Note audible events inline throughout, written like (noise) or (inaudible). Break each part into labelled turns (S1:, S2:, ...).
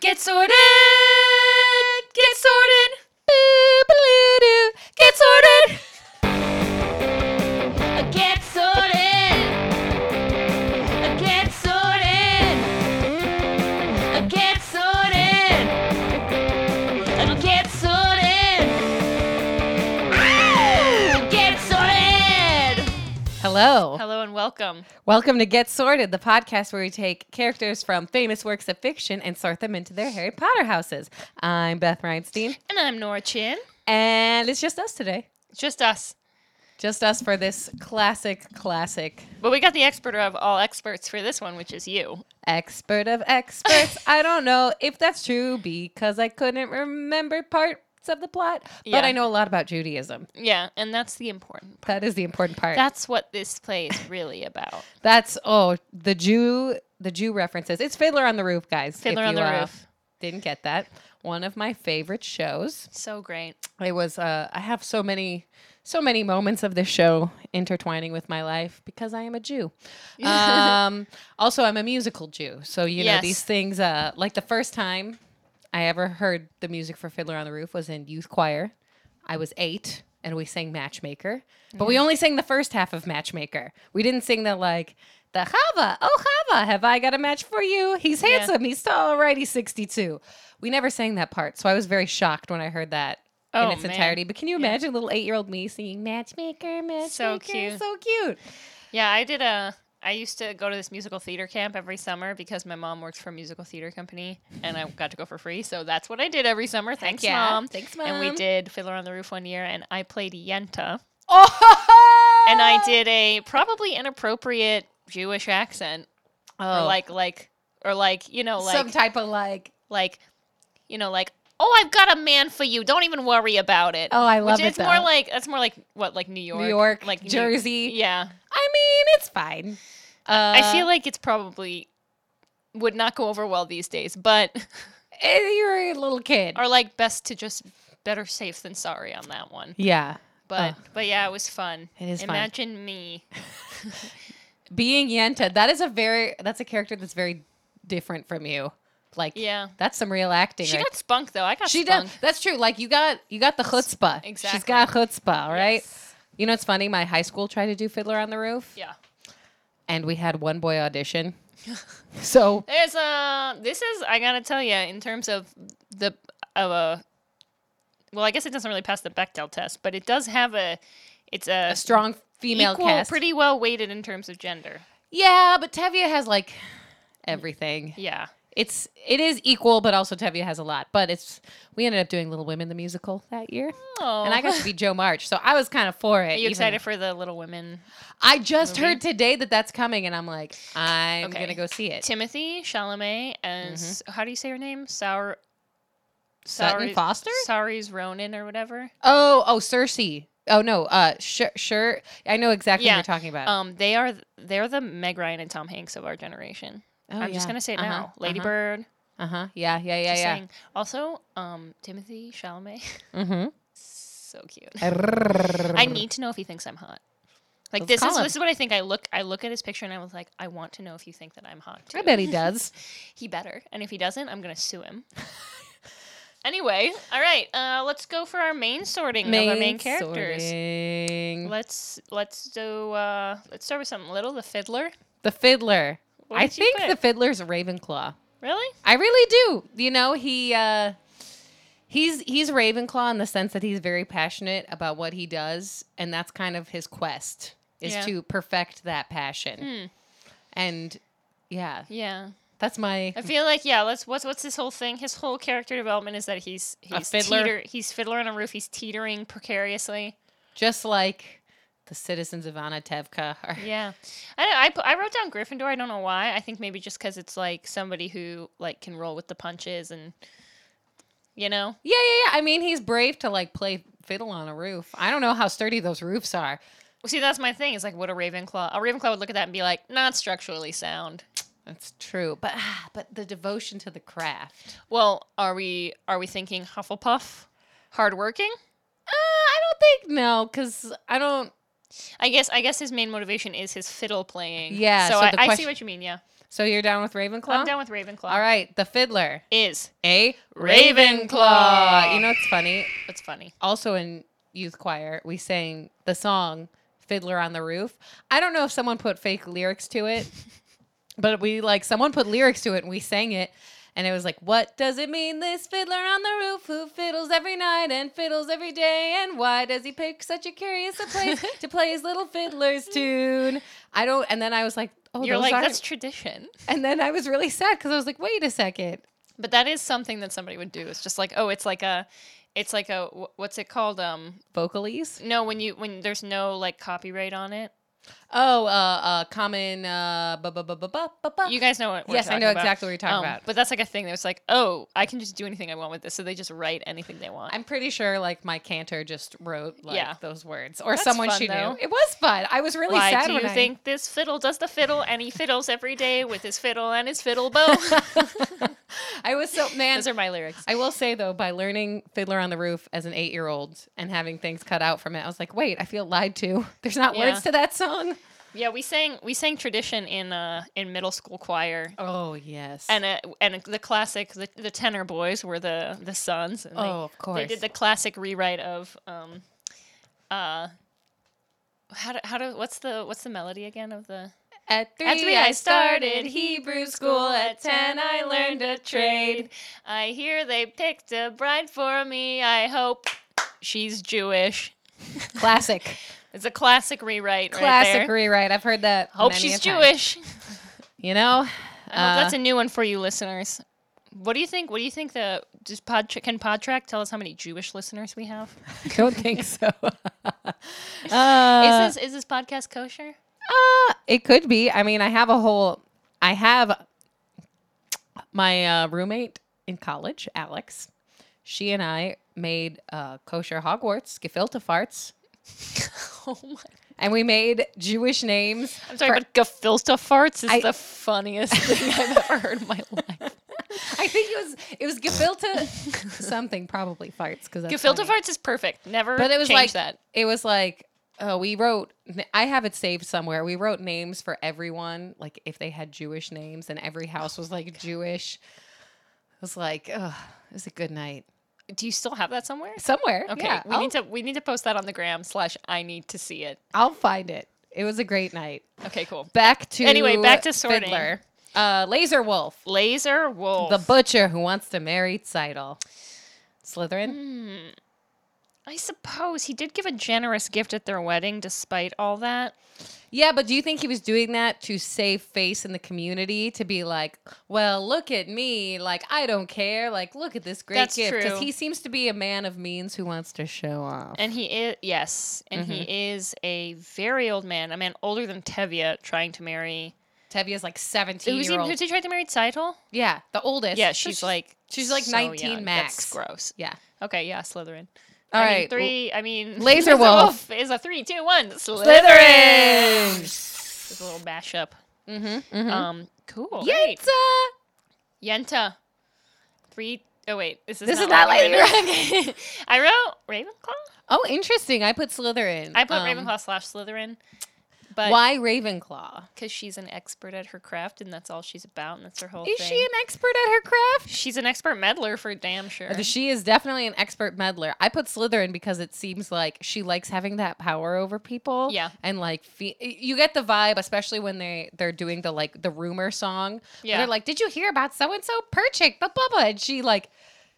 S1: Get sorted. Get sorted. Boo-ba-loo-doo. Get sorted. Get sorted. Get sorted. Get sorted. Get sorted. Get sorted.
S2: Hello.
S1: Hello and welcome.
S2: Welcome to Get Sorted, the podcast where we take characters from famous works of fiction and sort them into their Harry Potter houses. I'm Beth Reinstein,
S1: And I'm Nora Chin.
S2: and it's just us today.
S1: It's just us.
S2: Just us for this classic, classic
S1: But we got the expert of all experts for this one, which is you.
S2: expert of experts. I don't know if that's true because I couldn't remember parts of the plot,
S1: Yeah.
S2: but I know a lot about Judaism.
S1: Yeah, and that's the important part.
S2: That is the important part.
S1: That's what this play is really about.
S2: (laughs) That's oh the Jew the Jew references. It's Fiddler on the Roof, guys. if
S1: Fiddler on
S2: you,
S1: the
S2: uh,
S1: Roof.
S2: Didn't get that. One of my favorite shows.
S1: So great.
S2: I was uh, I have so many so many moments of this show intertwining with my life because I am
S1: (laughs)
S2: a Jew. um, also, I'm a musical Jew, so you know
S1: Yes.
S2: these things. Uh, like the first time I ever heard the music for Fiddler on the Roof was in youth choir. I was eight, and we sang Matchmaker, but we only sang the first half of Matchmaker. We didn't sing the like. The Chava, oh Chava, have I got a match for you? He's handsome, he's tall, right? He's 62. We never sang that part, so I was very shocked when I heard that
S1: Oh,
S2: in its
S1: man.
S2: entirety. But can you imagine little eight year old me singing Matchmaker, Matchmaker?
S1: So cute.
S2: So cute.
S1: Yeah, I did a. I used to go to this musical theater camp every summer because my mom worked for a musical theater company and I got to go for free. So that's what I did every summer. Thanks,
S2: yeah.
S1: mom.
S2: Thanks,
S1: And we
S2: Mom.
S1: did Fiddler on the Roof one year and I played Yenta.
S2: Oh!
S1: And I did a probably inappropriate Jewish accent or
S2: Oh,
S1: like, like, or like, you know, like.
S2: some type of like.
S1: like you know like oh i've got a man for you don't even worry about it
S2: Oh, I love
S1: which
S2: it.
S1: it's more
S2: though.
S1: like that's more like what like new york
S2: New York,
S1: like
S2: like
S1: New-
S2: Jersey.
S1: yeah
S2: I mean, it's fine. Uh,
S1: i feel like it's probably would not go over well these days but (laughs)
S2: eh, you're a little kid.
S1: are like best to just better safe than sorry on that one
S2: yeah.
S1: but but yeah it was fun
S2: It is fun.
S1: imagine me
S2: Being Yenta, that is a very, that's a character that's very different from you. Like, (laughs)
S1: Yeah.
S2: That's some real acting.
S1: she
S2: right
S1: got spunk though i got
S2: She
S1: spunk
S2: does. That's true. Like you got you got the chutzpah.
S1: Exactly.
S2: She's got chutzpah, right?
S1: Yes.
S2: You know, it's funny. My high school tried to do Fiddler on the Roof,
S1: yeah
S2: and we had one boy
S1: (laughs)
S2: audition. so
S1: There's a. This is I gotta tell you in terms of the of a. Well, I guess it doesn't really pass the Bechdel test, but it does have a. It's a,
S2: a strong female
S1: equal,
S2: cast.
S1: pretty well weighted in terms of gender.
S2: yeah, but Tevye has like everything.
S1: Yeah,
S2: It's it is equal, but also Tevye has a lot. But it's we ended up doing Little Women the musical that year,
S1: Oh.
S2: and I got to be Joe March, so I was kind of for it.
S1: (laughs) Are you
S2: even-
S1: excited for the Little Women?
S2: I just heard today that that's coming, and I'm like, I'm
S1: Okay.
S2: gonna go see it.
S1: Timothy Chalamet and S how do you say her name? Sour.
S2: Mm-hmm. Sutton
S1: Saoirse-
S2: Foster?
S1: Saoirse Ronan or whatever.
S2: Oh, oh, Cersei. Oh no, uh, sure, sure. I know exactly
S1: Yeah,
S2: what you're talking about.
S1: Um, they are th- they're the Meg Ryan and Tom Hanks of our generation.
S2: oh,
S1: I'm just
S2: yeah.
S1: gonna say it
S2: Uh-huh,
S1: now. Lady
S2: uh-huh,
S1: Bird.
S2: Uh-huh. Yeah, yeah, yeah,
S1: Just
S2: yeah.
S1: saying. Also, um, Timothy Chalamet, (laughs)
S2: Mm-hmm.
S1: so cute. I
S2: I
S1: need to know if he thinks I'm hot. Like
S2: Let's
S1: this
S2: call
S1: is
S2: him.
S1: this is what I think. I look I look at his picture and I was like, I want to know if you think that I'm hot. Too.
S2: I bet he
S1: (laughs)
S2: does.
S1: He better. And if he doesn't, I'm gonna sue him. (laughs) anyway, all right. Uh, let's go for our main sorting of our main characters.
S2: sorting.
S1: Let's let's do uh, let's start with something little. The fiddler.
S2: The fiddler.
S1: What
S2: I
S1: did you
S2: think
S1: put?
S2: the fiddler's Ravenclaw.
S1: Really?
S2: I really do. You know, he uh he's he's Ravenclaw in the sense that he's very passionate about what he does, and that's kind of his quest is
S1: Yeah.
S2: to perfect that passion. And yeah,
S1: Yeah.
S2: that's my
S1: I feel like yeah. Let's what's what's this whole thing? His whole character development is that he's he's
S2: fiddler.
S1: Teeter, he's fiddler on a roof. He's teetering precariously.
S2: just like the citizens of Anatevka are
S1: Yeah, I don't- I, pu- I wrote down Gryffindor. I don't know why. I think maybe just because it's like somebody who like can roll with the punches and you know.
S2: Yeah, yeah, yeah. I mean, he's brave to like play fiddle on a roof. I don't know how sturdy those roofs are.
S1: Well, See, that's my thing. Is like, what a Ravenclaw. A Ravenclaw would look at that and be like, not structurally sound.
S2: That's true, but ah, but the devotion to the craft.
S1: Well, are we are we thinking Hufflepuff, hardworking?
S2: Uh, I don't think no, because I don't.
S1: I guess I guess his main motivation is his fiddle playing.
S2: Yeah,
S1: So,
S2: so
S1: I,
S2: the
S1: I see
S2: question-
S1: what you mean. Yeah.
S2: So you're down with Ravenclaw?
S1: I'm down with Ravenclaw.
S2: All right, the fiddler.
S1: Is
S2: A
S1: Ravenclaw.
S2: Ravenclaw. You know what's funny?
S1: that's funny.
S2: Also in youth choir, we sang the song Fiddler on the Roof. I don't know if someone put fake lyrics
S1: (laughs)
S2: to it, but we like someone put lyrics to it and we sang it. And it was like, what does it mean, this fiddler on the roof who fiddles every night and fiddles every day? And why does he pick such a curious
S1: (laughs)
S2: a place to play his little fiddler's tune? I don't. And then I was like, oh,
S1: You're
S2: those
S1: like
S2: aren't-
S1: that's tradition,
S2: (laughs) And then I was really sad because I was like, wait a second.
S1: but that is something that somebody would do. It's just like oh, it's like a, it's like a wh- what's it called? Um,
S2: Vocalese?
S1: no, when you when there's no like copyright on it.
S2: Oh, uh, uh, common. Uh, bu- bu- bu- bu- bu- bu- bu-
S1: You guys know what? We're
S2: yes, I
S1: talking
S2: know
S1: about.
S2: exactly what you're talking
S1: Um,
S2: about.
S1: But that's like a thing. That's like oh, I can just do anything I want with this. So they just write anything they want.
S2: I'm pretty sure, like my cantor just wrote like
S1: Yeah.
S2: those words, or
S1: That's
S2: someone
S1: fun,
S2: she
S1: though.
S2: knew. It was fun. I was really
S1: Why
S2: sad
S1: do
S2: when
S1: you
S2: I-
S1: think this fiddle does the fiddle and he fiddles every day with his fiddle and his fiddle
S2: (laughs)
S1: bow?
S2: I was so man.
S1: Those are my lyrics.
S2: I will say though, by learning Fiddler on the Roof as an eight-year-old and having things cut out from it, I was like, wait, I feel lied to. (laughs) There's not
S1: Yeah.
S2: words to that song.
S1: Yeah, we sang we sang tradition in uh in middle school choir.
S2: Oh yes,
S1: And uh, and the classic the, the tenor boys were the the sons. And
S2: oh of
S1: they,
S2: course.
S1: they did the classic rewrite of um uh how do, how do what's the what's the melody again of the
S2: At three,
S1: At three, I started
S2: Hebrew
S1: school at 10 I learned a trade I hear they picked a bride for me I hope she's Jewish
S2: (laughs) Classic,
S1: It's a classic rewrite
S2: classic
S1: right there
S2: rewrite. I've heard that.
S1: Hope
S2: many
S1: she's
S2: a time. Uh,
S1: Jewish
S2: You know,
S1: I hope that's a new one for you listeners. What do you think? What do you think the does pod can Podtrack tell us how many Jewish listeners we have?
S2: I (laughs) don't think so.
S1: is this is this podcast kosher? (laughs)
S2: Uh, it could be. I mean, I have a whole. I have my uh, roommate in college, Alex. She and I made uh, kosher Hogwarts gefilte farts,
S1: oh my!
S2: and we made Jewish names. (laughs)
S1: I'm sorry, but gefilte farts is the funniest thing I've ever heard in my life.
S2: (laughs) I think it was it was (laughs) gefilte something, probably farts because
S1: Gefilte farts is perfect. Never,
S2: But it was
S1: change
S2: like
S1: that.
S2: It was like uh, we wrote. I have it saved somewhere. We wrote names for everyone, like if they had Jewish names, and every house was like Jewish. It was like, ugh, it was a good night
S1: Do you still have that somewhere?
S2: somewhere.
S1: Okay,
S2: yeah, oh.
S1: we
S2: I'll,
S1: need to we need to post that on the gram slash. I need to see it.
S2: I'll find it. It was a great night.
S1: Okay, cool.
S2: Back to
S1: Anyway, back to sorting.
S2: Fiddler. Uh, Laser Wolf,
S1: Laser wolf.
S2: the butcher who wants to marry Seidel. Slytherin.
S1: I suppose he did give a generous gift at their wedding, despite all that.
S2: Yeah, but do you think he was doing that to save face in the community to be like, well, look at me, like I don't care, like look at this great
S1: That's
S2: gift
S1: true.
S2: he seems to be a man of means who wants to show off.
S1: And he is yes, and
S2: Mm-hmm.
S1: he is a very old man, a man older than Tevye, trying to marry.
S2: Tevia's like seventeen
S1: Who's he?
S2: year old.
S1: Who's he trying to marry? Seitel?
S2: yeah, the oldest.
S1: Yeah,
S2: So
S1: she's, like
S2: she's like
S1: so
S2: 19
S1: young.
S2: max.
S1: That's gross.
S2: yeah.
S1: Okay, yeah, Slytherin.
S2: All
S1: I mean,
S2: right,
S1: three. I mean, (laughs)
S2: Laser
S1: Wolf.
S2: Wolf.
S1: is a three, two, one. Slytherin.
S2: Slytherin.
S1: It's a little mashup.
S2: Mm-hmm. mm-hmm.
S1: Um, cool. great.
S2: Yenta.
S1: Yenta. Three oh wait, this is
S2: This
S1: not
S2: is not
S1: Lady
S2: Lady
S1: Dragon. I wrote Ravenclaw.
S2: (laughs) Oh, interesting. I put Slytherin.
S1: I put
S2: Um,
S1: Ravenclaw slash Slytherin, but
S2: Why Ravenclaw?
S1: because she's an expert at her craft and that's all she's about and that's her whole
S2: Is
S1: thing.
S2: she an expert at her craft?
S1: she's an expert meddler for damn sure.
S2: Uh, She is definitely an expert meddler. I put Slytherin because it seems like she likes having that power over people.
S1: Yeah.
S2: and like fe- you get the vibe, especially when they they're doing the like the rumor song. Yeah,
S1: Yeah.
S2: they're like, "Did you hear about so and so Perchik?" Blah blah blah. And she like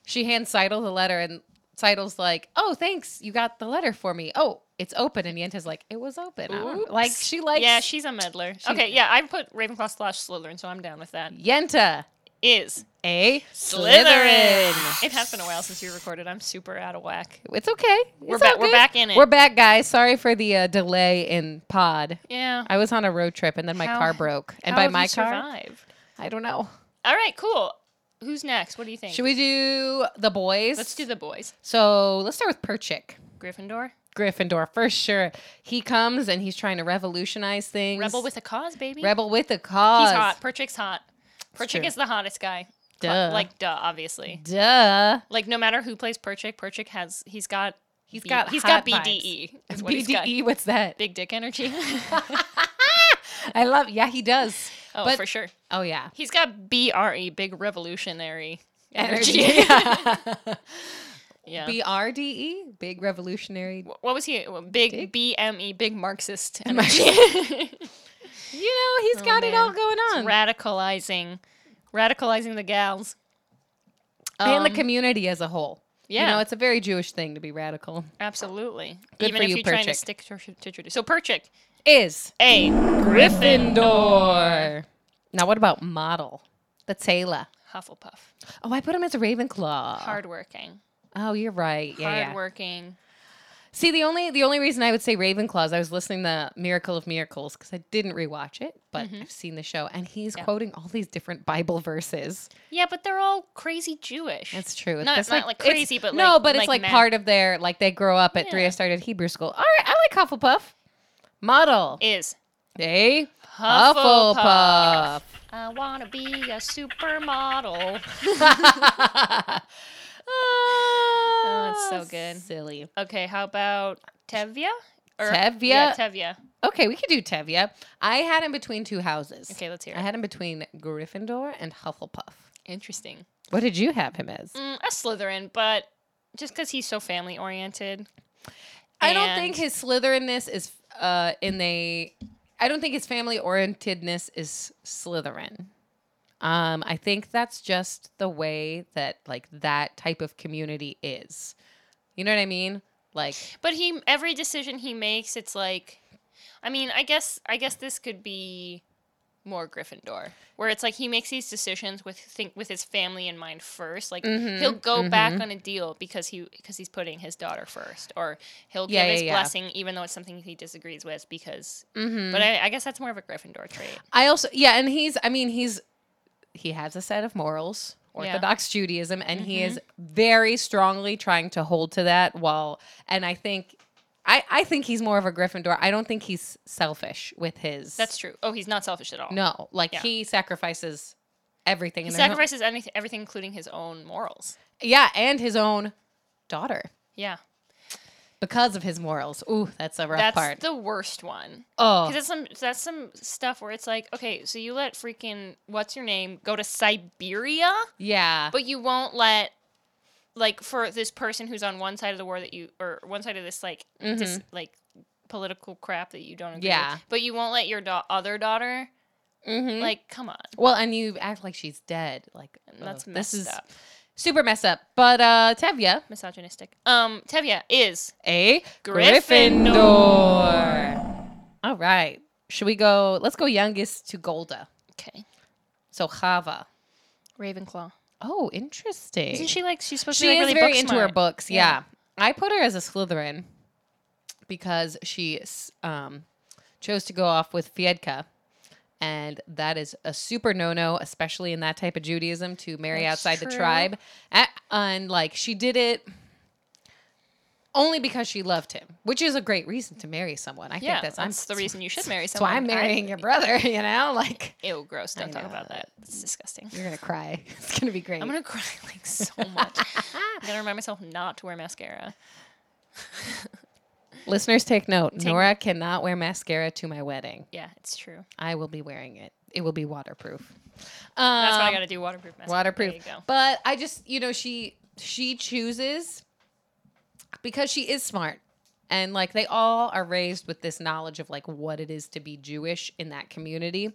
S2: she hands Seidel the letter, and Seidel's like, "Oh, thanks, you got the letter for me. Oh, it's open." And Yenta's like, "It was open." I don't know." Like
S1: Oops.
S2: she likes
S1: yeah, she's a meddler. okay, yeah, I put Ravenclaw slash Slytherin, so I'm down with that.
S2: Yenta
S1: Is
S2: a Slytherin.
S1: Slytherin. It has been a while since we recorded. I'm super out of whack.
S2: It's okay.
S1: We're
S2: It's all
S1: back- we're
S2: good.
S1: back in it.
S2: We're back, guys. Sorry for the uh, delay in pod.
S1: Yeah.
S2: I was on a road trip and then my
S1: How-
S2: car broke. And
S1: How
S2: by
S1: have
S2: my
S1: you
S2: car,
S1: survived?
S2: I don't know.
S1: All right, cool. Who's next? What do you think?
S2: Should we do the boys?
S1: Let's do the boys.
S2: So let's start with Perchik.
S1: Gryffindor.
S2: Gryffindor for sure. He comes and he's trying to revolutionize things.
S1: Rebel with a cause, baby.
S2: rebel with a cause.
S1: He's hot. Perchik's hot. Perchik
S2: true.
S1: is the hottest guy.
S2: Duh.
S1: Like duh, obviously.
S2: Duh.
S1: Like no matter who plays Perchik, Perchik has he's got
S2: He's
S1: B-
S2: got
S1: he's
S2: hot
S1: got BDE. Is
S2: E.
S1: what he's got.
S2: BDE. What's that?
S1: Big dick energy.
S2: I love. Yeah, he does.
S1: (laughs) Oh,
S2: But-
S1: for sure.
S2: Oh yeah.
S1: He's got B R E, big revolutionary energy.
S2: Energy.
S1: (laughs) yeah.
S2: B R D E, big revolutionary.
S1: Wh- what was he? wh- Big
S2: Big?
S1: B M E, big Marxist
S2: Marxist.
S1: energy.
S2: You know, he's got it
S1: Oh, man.
S2: all going
S1: (laughs)
S2: on.
S1: radicalizing, radicalizing the gals.
S2: and the
S1: Um,
S2: community as a whole.
S1: yeah.
S2: You know, it's a very Jewish thing to be radical.
S1: Absolutely.
S2: Good
S1: Even
S2: for
S1: if
S2: you,
S1: you're trying to
S2: Perchik.
S1: stick to, to tradition. So Perchik,
S2: Is
S1: A.
S2: Gryffindor. Now, what about model? The Taylor.
S1: Hufflepuff.
S2: Oh, I put him as a Ravenclaw.
S1: Hardworking.
S2: Oh, you're right. Yeah, yeah.
S1: Hardworking.
S2: See, the only the only reason I would say Ravenclaw is I was listening to Miracle of Miracles because I didn't rewatch it, but
S1: Mm-hmm.
S2: I've seen the show, and he's quoting all these different Bible verses.
S1: Yeah. but they're all crazy Jewish.
S2: That's true.
S1: Not-
S2: That's
S1: not, like,
S2: it's-
S1: crazy, but,
S2: no,
S1: like-
S2: but it's
S1: like
S2: like
S1: mad.
S2: part of their like they grow up at three.
S1: Yeah.
S2: I started Hebrew school. All right, I like Hufflepuff. Model,
S1: Is
S2: eh?
S1: Hufflepuff.
S2: Hufflepuff.
S1: I want to be a supermodel.
S2: (laughs) oh,
S1: it's so good.
S2: Silly.
S1: Okay, how about Tevya?
S2: Tevye?
S1: Yeah, Tevya.
S2: Okay, we could do Tevye. I had him between two houses.
S1: Okay, let's hear
S2: I
S1: it.
S2: had him between Gryffindor and Hufflepuff.
S1: Interesting.
S2: What did you have him as?
S1: Mm, a Slytherin, but just because he's so family oriented.
S2: I don't think
S1: And-
S2: his Slytherinness is uh, in the. I don't think his family orientedness is Slytherin. Um, I think that's just the way that like that type of community is. You know what I mean? Like
S1: But he every decision he makes, it's like, I mean, I guess I guess this could be more Gryffindor, where it's like he makes these decisions with think with his family in mind first. Like
S2: Mhm,
S1: he'll go back
S2: mhm.
S1: on a deal because he because he's putting his daughter first, or he'll
S2: Yeah,
S1: give his
S2: yeah, yeah.
S1: blessing even though it's something he disagrees with because.
S2: mhm.
S1: But I, I guess that's more of a Gryffindor trait.
S2: I also yeah, and he's I mean he's he has a set of morals,
S1: Yeah. Mm-hmm.
S2: Orthodox Judaism, and he is very strongly trying to hold to that. While and I think I I think he's more of a Gryffindor. I don't think he's selfish with his.
S1: That's true. Oh, he's not selfish at all.
S2: no, like
S1: Yeah.
S2: he sacrifices everything.
S1: he
S2: in their home-
S1: sacrifices anything, everything, including his own morals.
S2: yeah, and his own daughter
S1: Yeah,
S2: because of his morals. Ooh, that's a rough
S1: that's
S2: part.
S1: the worst one.
S2: oh,
S1: Because that's some that's some stuff where it's like, okay, so you let freaking what's your name go to Siberia,
S2: yeah,
S1: but you won't let like for this person who's on one side of the war that you or one side of this like dis, like political crap that you don't agree
S2: Mm-hmm. Yeah.
S1: with, but you won't let your da- other daughter
S2: Mhm.
S1: like come on.
S2: well, and you act like she's dead. Like
S1: And that's
S2: ugh,
S1: messed
S2: this is
S1: up.
S2: super messed up. But uh, Tevya.
S1: Misogynistic. Um Tevya is
S2: a
S1: Gryffindor.
S2: All right. Should we go? Let's go youngest to Golda.
S1: okay.
S2: So Chava.
S1: Ravenclaw.
S2: Oh, interesting.
S1: Isn't she like she's supposed
S2: She
S1: to be
S2: is
S1: like, really
S2: very
S1: book
S2: into
S1: smart.
S2: her books.
S1: Yeah.
S2: Yeah. I put her as a Slytherin because she s- um, chose to go off with Fiedka. And that is a super no no, especially in that type of Judaism, to marry
S1: That's
S2: outside the
S1: true.
S2: tribe. A- And like she did it only because she loved him, which is a great reason to marry someone. I
S1: Yeah,
S2: think that's,
S1: that's, the reason you should marry
S2: That's why
S1: someone.
S2: I'm
S1: I-
S2: marrying your brother, (laughs) you know? Like,
S1: Ew, gross. Don't talk
S2: know.
S1: about that. It's disgusting.
S2: you're going to
S1: (laughs)
S2: cry. It's going to be great.
S1: I'm gonna cry (laughs) like
S2: (laughs)
S1: so much. I'm gonna remind myself not to wear mascara.
S2: Listeners, take note. Nora cannot wear mascara to my wedding.
S1: Yeah, it's true.
S2: I will be wearing it. It will be waterproof.
S1: That's why I
S2: Um,
S1: gotta do waterproof mascara.
S2: Waterproof.
S1: There you go.
S2: But I just, you know, she she chooses because she is smart. And like they all are raised with this knowledge of like what it is to be Jewish in that community.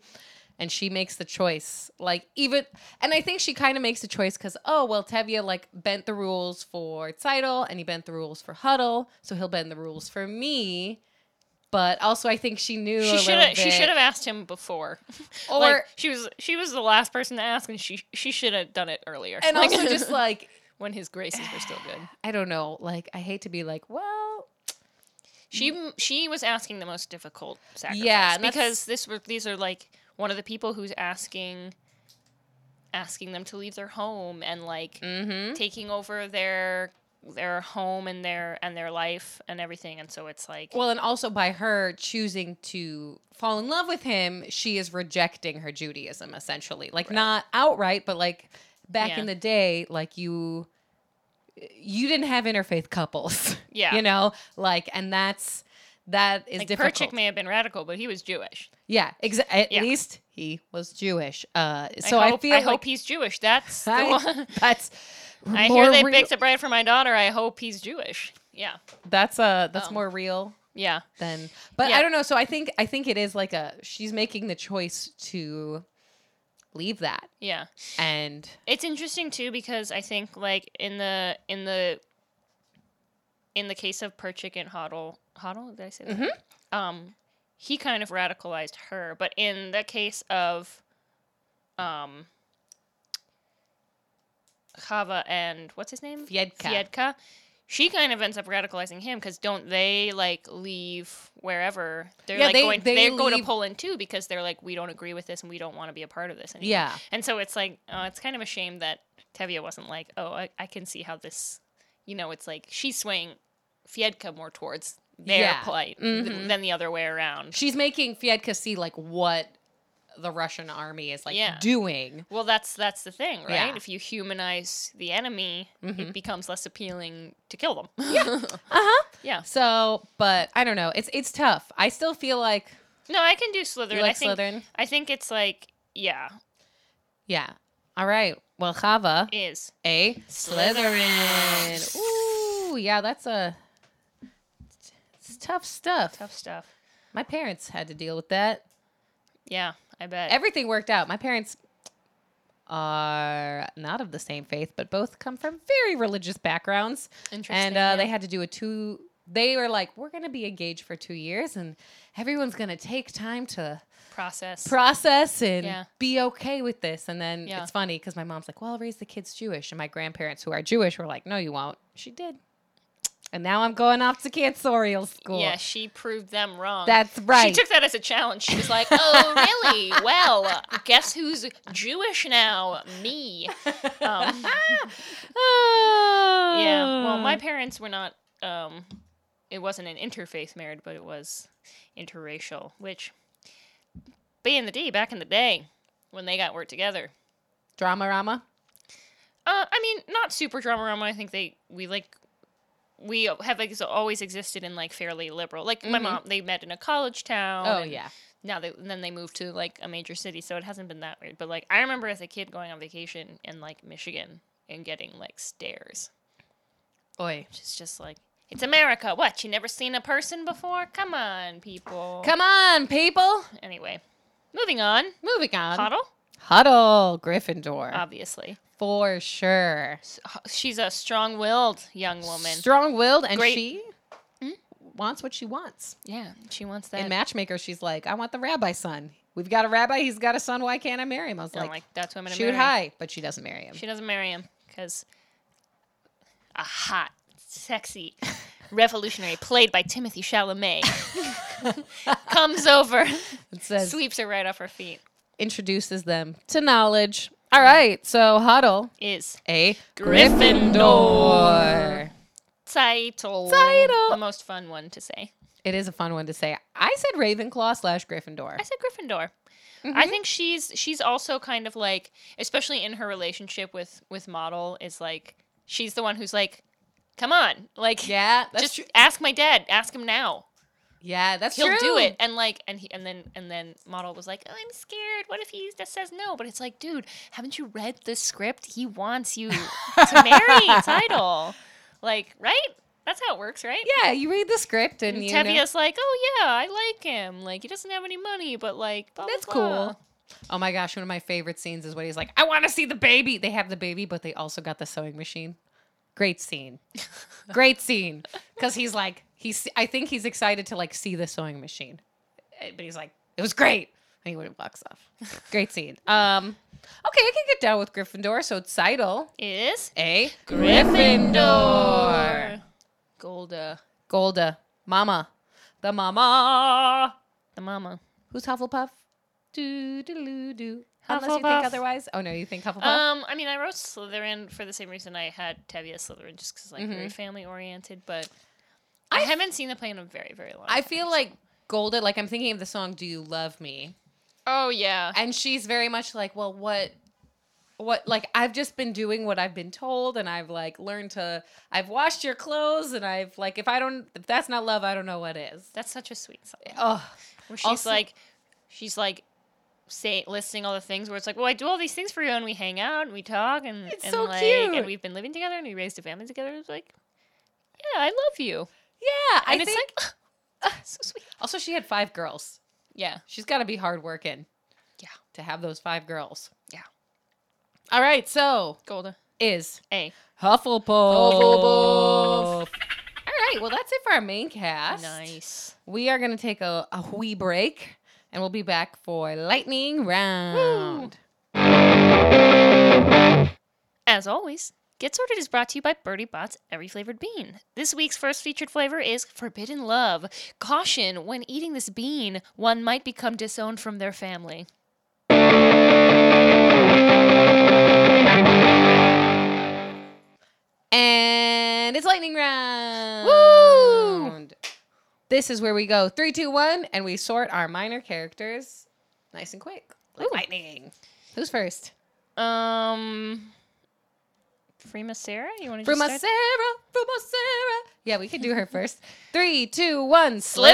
S2: And she makes the choice. Like even and I think she kind of makes the choice because, oh well, Tevye like bent the rules for Seidel and he bent the rules for Huddle. So he'll bend the rules for me. But also I think she knew
S1: She
S2: a
S1: should
S2: little
S1: have. She
S2: bit-
S1: should have asked him
S2: (laughs)
S1: before.
S2: or
S1: like, she was. She was the last person to ask, and she she should have done it earlier.
S2: and
S1: Like, (laughs)
S2: also just like
S1: when his graces were still
S2: (sighs)
S1: good.
S2: I don't know. Like, I hate to be like, well,
S1: She she was asking the most difficult sacrifice.
S2: Yeah, and that's-
S1: because this were these are like one of the people who's asking asking them to leave their home and like
S2: mm-hmm.
S1: taking over their their home and their and their life and everything and so it's like
S2: well, and also by her choosing to fall in love with him, she is rejecting her Judaism essentially. Like, not outright, but like back
S1: Yeah.
S2: in the day, like you, you didn't have interfaith couples. (laughs)
S1: Yeah.
S2: you know, like, and that's that is
S1: Like
S2: difficult.
S1: Perchik may have been radical, but he was Jewish.
S2: yeah, exa- at
S1: Yeah.
S2: least he was Jewish. Uh,
S1: I
S2: so
S1: hope-
S2: I feel
S1: I
S2: like
S1: hope he's Jewish. That's the
S2: (laughs) I,
S1: one.
S2: (laughs) that's
S1: I
S2: more
S1: hear they
S2: real-
S1: baked a bread for my daughter. I hope he's Jewish. Yeah.
S2: that's uh that's
S1: Oh.
S2: more real
S1: Yeah.
S2: than but
S1: Yeah.
S2: I don't know. So I think I think it is like a she's making the choice to leave that
S1: Yeah.
S2: and
S1: It's interesting too because I think like in the in the in the case of Perchik and Hoddle Hoddle, did I say that?
S2: Mm-hmm.
S1: Um he kind of radicalized her, but in the case of um Chava and what's his name?
S2: Fiedka.
S1: Fiedka. She kind of ends up radicalizing him because don't they like leave wherever they're
S2: Yeah,
S1: like
S2: they-
S1: going?
S2: they
S1: They, go to
S2: leave-
S1: Poland too because they're like we don't agree with this and we don't want to be a part of this anymore.
S2: Yeah.
S1: And so it's like, oh, it's kind of a shame that Tevye wasn't like, oh, I, I can see how this, you know, it's like she's swaying Fiedka more towards their
S2: Yeah. Mm-hmm.
S1: plight th- than the other way around.
S2: she's making Fiedka see like what the Russian army is like
S1: Yeah.
S2: doing.
S1: Well, that's that's the thing, right?
S2: Yeah. Mm-hmm.
S1: If you humanize the enemy, it becomes less appealing to kill them. (laughs)
S2: Uh-huh.
S1: yeah.
S2: So, but I don't know. It's it's tough. I still feel like
S1: No, I can do Slytherin.
S2: you
S1: I
S2: like
S1: think
S2: Slytherin.
S1: I think it's like, yeah,
S2: Yeah. All right. Well, Chava,
S1: is
S2: a Slytherin. Ooh, yeah, that's a it's tough stuff.
S1: tough stuff.
S2: My parents had to deal with that.
S1: Yeah, I bet.
S2: Everything worked out. My parents are not of the same faith, but both come from very religious backgrounds.
S1: Interesting.
S2: and uh,
S1: yeah.
S2: they had to do a two they were like we're going to be engaged for two years and everyone's going to take time to
S1: process.
S2: process and
S1: Yeah.
S2: be okay with this and then
S1: Yeah.
S2: it's funny because my mom's like well I'll raise the kids jewish and my grandparents who are jewish were like no you won't she did and now i'm going off to cancerial school
S1: Yeah, she proved them wrong.
S2: that's right
S1: She took that as a challenge. She was like, "Oh, really? Well, guess who's Jewish now? Me." Um,
S2: Oh.
S1: yeah. Well, my parents were not. Um, it wasn't an interfaith marriage, but it was interracial. Which, B and the D back in the day when they got worked together.
S2: drama rama
S1: Uh, I mean, not super drama rama. I think they we like we have ex- always existed in like fairly liberal. Like my
S2: Mhm.
S1: mom, they met in a college town.
S2: oh
S1: and-
S2: yeah
S1: now they and then they moved to like a major city, so it hasn't been that weird. But like I remember as a kid going on vacation in like Michigan and getting like stares.
S2: oi
S1: It's just like it's America. What? You never seen a person before? Come on, people.
S2: come on people
S1: Anyway, moving on.
S2: moving on
S1: Huddle,
S2: huddle gryffindor
S1: obviously.
S2: for sure
S1: S- H- She's a strong-willed young woman.
S2: strong-willed, and
S1: Great-
S2: she hmm, wants what she wants.
S1: yeah, she wants
S2: In
S1: that.
S2: Matchmaker, she's like, "I want the rabbi son. We've got a rabbi. He's got a son. Why can't I marry him?" I was
S1: I'm
S2: like,
S1: like that's what I'm gonna
S2: "Shoot
S1: marry.
S2: high," but she doesn't marry him.
S1: She doesn't marry him because a hot, sexy revolutionary played by Timothy
S2: (laughs)
S1: Chalamet comes over,
S2: It says
S1: sweeps her right off her feet.
S2: introduces them to knowledge. All right, so huddle
S1: Is
S2: a
S1: Gryffindor.
S2: Gryffindor.
S1: title
S2: Title.
S1: the most fun one to say?
S2: It is a fun one to say. I said Ravenclaw slash Gryffindor.
S1: I said Gryffindor. I
S2: Mm-hmm.
S1: think she's she's also kind of like, especially in her relationship with with Model, is like she's the one who's like, come on, like
S2: Yeah, that's
S1: just
S2: true.
S1: ask my dad, ask him now.
S2: Yeah, that's
S1: he'll
S2: true.
S1: do it and like and he and then and then model was like oh i'm scared what if he just says no but it's like dude haven't you read the script he wants you to
S2: (laughs)
S1: marry title like right that's how it works right
S2: Yeah, you read the script and,
S1: and
S2: you know.
S1: Tevia's like oh yeah i like him like he doesn't have any money but like blah, blah,
S2: That's
S1: blah."
S2: cool. Oh my gosh, one of my favorite scenes is when he's like, I want to see the baby. They have the baby, but they also got the sewing machine. Great scene. Great scene. Because he's like, he's, I think he's excited to like see the sewing machine. Eh, But he's like, it was great. And he walks off. Great scene. Um, okay, I can get down with Gryffindor. So Seidel,
S1: is
S2: eh?
S1: golda
S2: Golda, Mama, the Mama.
S1: the mama
S2: Who's Hufflepuff? Do do do do. Unless you think
S1: Hufflepuff.
S2: otherwise. Oh no, you think Hufflepuff.
S1: um, I mean, I wrote Slytherin for the same reason I had Tevye Slytherin, just because like very family oriented. But I,
S2: Mm-hmm. I-
S1: haven't seen the play in a very, very long.
S2: I
S1: time.
S2: feel like Golda, like I'm thinking of the song Do You Love Me?
S1: Oh yeah.
S2: And she's very much like, well, what what like I've just been doing what I've been told and I've like learned to I've washed your clothes and I've like if I don't if that's not love, I don't know what is.
S1: That's such a sweet song.
S2: Oh,
S1: Where she's
S2: Also-
S1: like, she's like, say listing all the things where it's like, well, I do all these things for you, and we hang out, and we talk, and
S2: It's
S1: and
S2: so
S1: like,
S2: cute.
S1: and we've been living together, and we raised a family together. It's like, yeah, I love you,
S2: yeah, I
S1: and it's
S2: think
S1: like, (laughs) ah, so sweet.
S2: also she had five girls.
S1: Yeah,
S2: She's got to be hard working.
S1: Yeah.
S2: To have those five girls.
S1: Yeah.
S2: All right, so
S1: Golda.
S2: is
S1: Hey,
S2: Hufflepuff. All
S1: Hufflepuff.
S2: right, well that's it for our main cast.
S1: nice.
S2: We are going to take a, a wee break and we'll be back for lightning round.
S1: As always, Get Sorted is brought to you by Birdie Bot's Every Flavored Bean. This week's first featured flavor is Forbidden Love. Caution when eating this bean, one might become disowned from their family.
S2: And it's lightning round.
S1: Woo!
S2: This is where we go three, two, one, and we sort our minor characters nice and quick. Like
S1: Ooh.
S2: lightning. Who's first?
S1: Um, Frima Sarah, you want to
S2: From
S1: just start?
S2: a Sarah. From a Sarah. Yeah, we could do
S1: (laughs)
S2: her first. Three, two, one. Slytherin.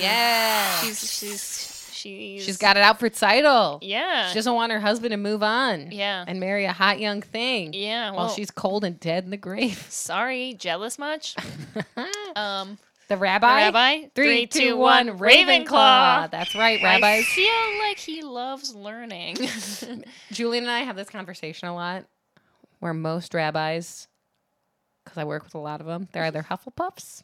S1: Slytherin.
S2: Yeah. She's,
S1: She's she's she's
S2: she's got it out for title.
S1: yeah
S2: She doesn't want her husband to move on.
S1: Yeah.
S2: And marry a hot young thing.
S1: yeah. Well,
S2: While she's cold and dead in
S1: (laughs)
S2: the grave.
S1: sorry, jealous much.
S2: (laughs)
S1: Um,
S2: the
S1: the
S2: rabbi.
S1: Rabbi,
S2: Three, two, one. Ravenclaw. That's right,
S1: I
S2: rabbis.
S1: feel like he loves learning. (laughs)
S2: (laughs) Julian and I have this conversation a lot where most rabbis, because I work with a lot of them, they're either Hufflepuffs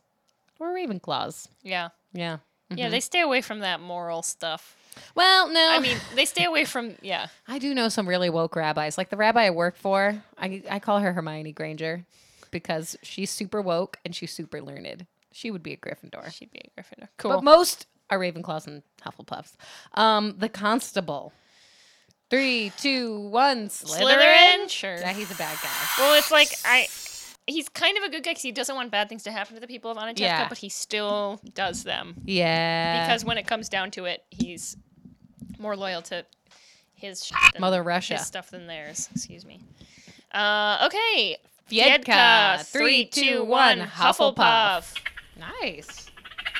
S2: or Ravenclaws.
S1: yeah,
S2: Yeah.
S1: yeah.
S2: Mm-hmm.
S1: They stay away from that moral stuff.
S2: Well, no.
S1: I mean, they stay
S2: (laughs)
S1: away from yeah.
S2: I do know some really woke rabbis. Like the rabbi I work for, I, I call her Hermione Granger because she's super woke and she's super learned. She would be a Gryffindor.
S1: She'd be a Gryffindor.
S2: But most are Ravenclaws and Hufflepuffs. Um, the Constable. Three, two, one, Slytherin.
S1: Slytherin, sure.
S2: Yeah, he's a bad guy.
S1: Well, it's like I. He's kind of a good guy because he doesn't want bad things to happen to the people of Anatevka,
S2: Yeah. Uh,
S1: but he still does them.
S2: Yeah.
S1: because when it comes down to it, he's more loyal to his sh- than
S2: Mother Russia.
S1: his stuff than theirs. Excuse me. Uh, okay,
S2: Fiedka.
S1: Fiedka.
S2: Three,
S1: Three,
S2: two,
S1: two,
S2: one,
S1: one.
S2: Hufflepuff. Nice.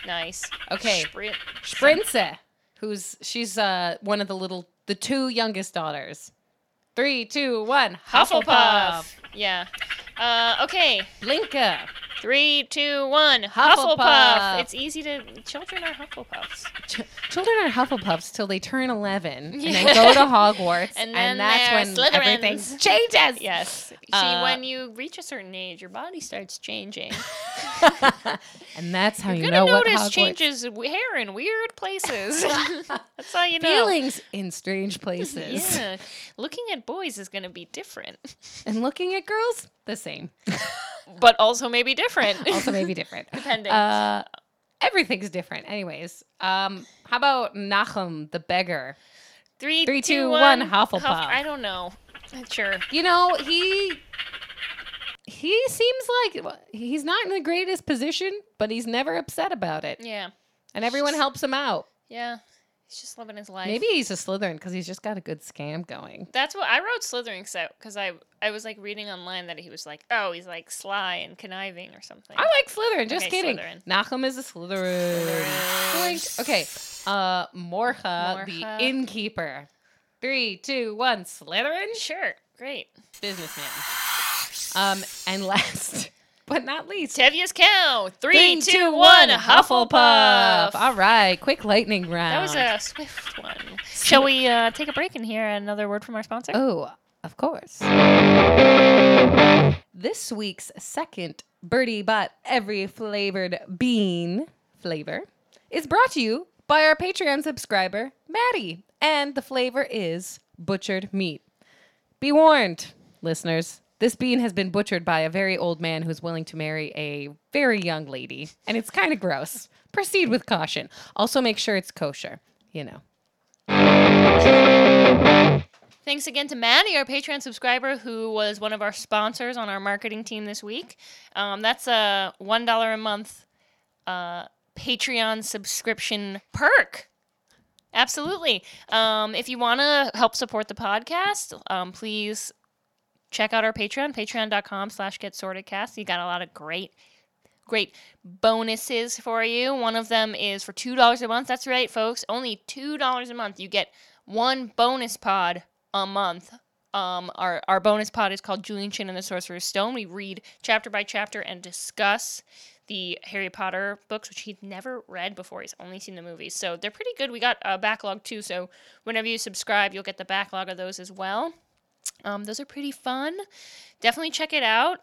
S1: Nice.
S2: Okay.
S1: Sprit-
S2: Sprinze, who's she's uh one of the little the two youngest daughters. Three, two, one.
S1: Hufflepuff. Yeah. Uh, okay.
S2: Blinka.
S1: Three, two, one.
S2: Hufflepuff.
S1: Hufflepuff. It's easy to. Children are Hufflepuffs.
S2: Ch- children are Hufflepuffs till they turn eleven and then
S1: Yeah. (laughs)
S2: go to Hogwarts,
S1: And
S2: and,
S1: then
S2: that's
S1: they're
S2: when everything
S1: Slytherins.
S2: changes.
S1: Yes.
S2: Uh,
S1: See, when you reach a certain age, your body starts changing.
S2: (laughs) and that's how (laughs) you
S1: You're
S2: know
S1: gonna
S2: what
S1: notice
S2: Hogwarts
S1: changes w- hair in weird
S2: (laughs)
S1: places. That's how you know.
S2: feelings in strange places,
S1: Yeah. Looking at boys is going to be different,
S2: (laughs)
S1: (laughs)
S2: and looking at girls the same,
S1: but also maybe different.
S2: (laughs) also maybe different.
S1: Depending.
S2: Uh, everything's different, anyways. Um, how about Nachum the beggar?
S1: (laughs) Three,
S2: three, two,
S1: two,
S2: one,
S1: one.
S2: Hufflepuff.
S1: I don't know. Sure.
S2: You know, he he seems like he's not in the greatest position, but he's never upset about it,
S1: Yeah.
S2: and everyone helps him out.
S1: Yeah. He's just living his life.
S2: Maybe he's a Slytherin because he's just got a good scam going.
S1: That's what I wrote Slytherin because I, I was like reading online that he was like, oh, he's like sly and conniving or something.
S2: I like Slytherin. Just
S1: Okay,
S2: kidding.
S1: Slytherin.
S2: Nachum is a Slytherin.
S1: Slytherin.
S2: Boink. Okay, uh, Morcha,
S1: Morcha.
S2: the innkeeper. Three, two, one. Slytherin
S1: Sure. Great.
S2: businessman. Um, and (laughs) last but not least,
S1: Tevia's cow. Three,
S2: Three, two, one, Hufflepuff. All right, quick lightning round.
S1: That was a swift one. Shall we uh, take a break and hear another word from our sponsor?
S2: Oh, of course. This week's second Birdie Bought Every Flavored Bean flavor is brought to you by our Patreon subscriber, Maddie. And the flavor is butchered meat. Be warned, listeners. This bean has been butchered by a very old man who's willing to marry a very young lady, and it's kind of gross. Proceed with caution. Also, make sure it's kosher. You know.
S1: Thanks again to Maddie, our Patreon subscriber, who was one of our sponsors on our marketing team this week. Um, that's a one dollar a month uh, Patreon subscription perk. Absolutely. Um, if you want to help support the podcast, um, please check out our Patreon, patreon.com slash getsortedcast. You got a lot of great, great bonuses for you. One of them is for $2 a month. That's right, folks. Only $2 a month. You get one bonus pod a month. Um, our, our bonus pod is called Julian Chin and the Sorcerer's Stone. We read chapter by chapter and discuss the Harry Potter books, which he'd never read before. He's only seen the movies. So they're pretty good. We got a backlog too. So whenever you subscribe, you'll get the backlog of those as well. Um, those are pretty fun. Definitely check it out.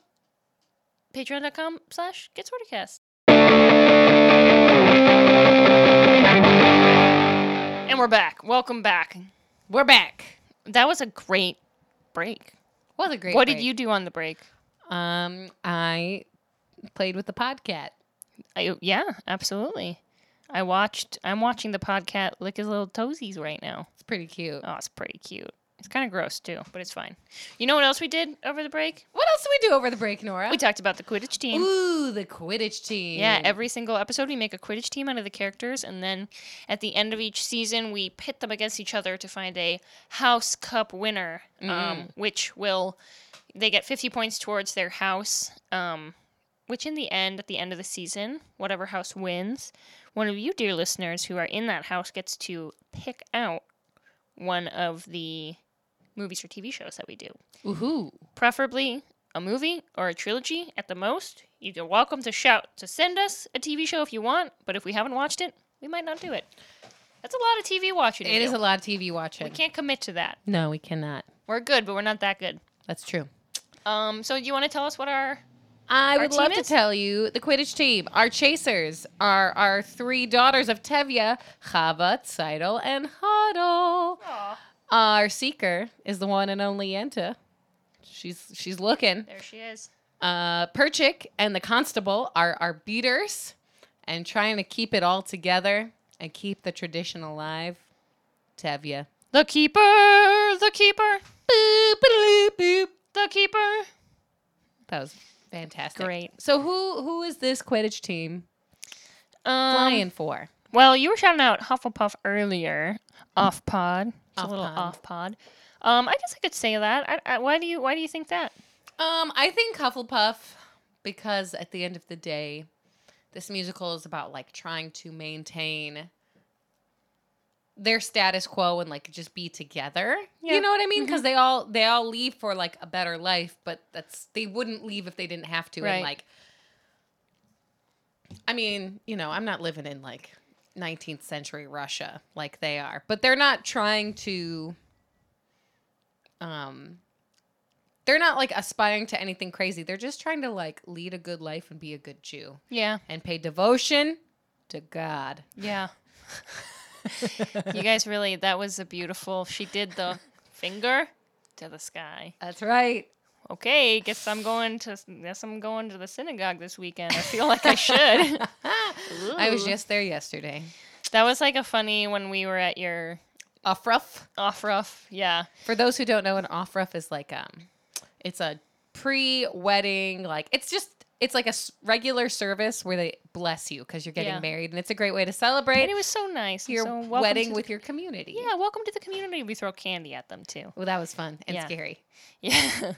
S1: Patreon.com slash Get Sorticast. And we're back. Welcome back.
S2: We're back.
S1: That was a great break.
S2: What a great.
S1: what did
S2: break.
S1: you do on the break?
S2: Um, I played with the podcat.
S1: I, yeah, absolutely. I watched. I'm watching the podcat lick his little toesies right now.
S2: It's pretty cute.
S1: Oh, it's pretty cute. It's kind of gross too, but it's fine. You know what else we did over the break?
S2: What else did we do over the break, Nora?
S1: We talked about the Quidditch team.
S2: Ooh, the Quidditch team.
S1: Yeah, every single episode we make a Quidditch team out of the characters, and then at the end of each season we pit them against each other to find a House Cup winner, um, which will they get fifty points towards their house. Um, which in the end, at the end of the season, whatever house wins, one of you dear listeners who are in that house gets to pick out one of the movies or TV shows that we do
S2: Woohoo.
S1: preferably a movie or a trilogy at the most. You're welcome to shout to send us a TV show if you want, but if we haven't watched it, we might not do it. That's a lot of TV watching. to
S2: It is
S1: do.
S2: a lot of TV watching.
S1: We can't commit to that.
S2: No, we cannot.
S1: We're good, but we're not that good.
S2: That's true.
S1: Um, so do you want to tell us what our
S2: I
S1: Our
S2: would
S1: team
S2: love
S1: is-
S2: to tell you the Quidditch team. Our chasers are our three daughters of Tevya, Chava, Seidel, and Huddle. Our seeker is the one and only Yenta. She's she's looking.
S1: There she is.
S2: Uh, Perchik and the constable are our beaters, and trying to keep it all together and keep the tradition alive. Tevya.
S1: The keeper, the keeper,
S2: Boop, boop, boop.
S1: the keeper.
S2: That was fantastic.
S1: Great.
S2: So who who is this Quidditch team
S1: Um,
S2: flying for?
S1: Well, you were shouting out Hufflepuff earlier, off pod, it's a little
S2: Off pod.
S1: off pod. Um, I guess I could say that. I, I, why do you Why do you think that?
S2: Um, I think Hufflepuff, because at the end of the day, this musical is about like trying to maintain their status quo and like just be together.
S1: Yeah. Mm-hmm.
S2: You know what I mean? Because they all they all leave for like a better life, but that's they wouldn't leave if they didn't have to.
S1: Right.
S2: And like, I mean, you know, I'm not living in like 19th century Russia like they are, but they're not trying to. Um, they're not like aspiring to anything crazy. They're just trying to like lead a good life and be a good Jew
S1: Yeah.
S2: and pay devotion to God.
S1: Yeah. you guys really, that was a beautiful. She did the finger to the sky.
S2: That's right.
S1: Okay, guess I'm going to guess I'm going to the synagogue this weekend. I feel like I
S2: (laughs)
S1: should.
S2: I was just there yesterday.
S1: that was like a funny when we were at your
S2: Offruff.
S1: off rough. Yeah.
S2: For those who don't know, an offruff is like um, it's a pre-wedding like it's just it's like a s- regular service where they bless you because you're getting
S1: Yeah.
S2: married and it's a great way to celebrate
S1: And it was so nice. and
S2: your
S1: so welcome
S2: wedding
S1: to
S2: with your community.
S1: the, Yeah, welcome to the community. We throw candy at them too.
S2: Well, that was fun and
S1: Yeah.
S2: scary.
S1: (laughs) Yeah. Well,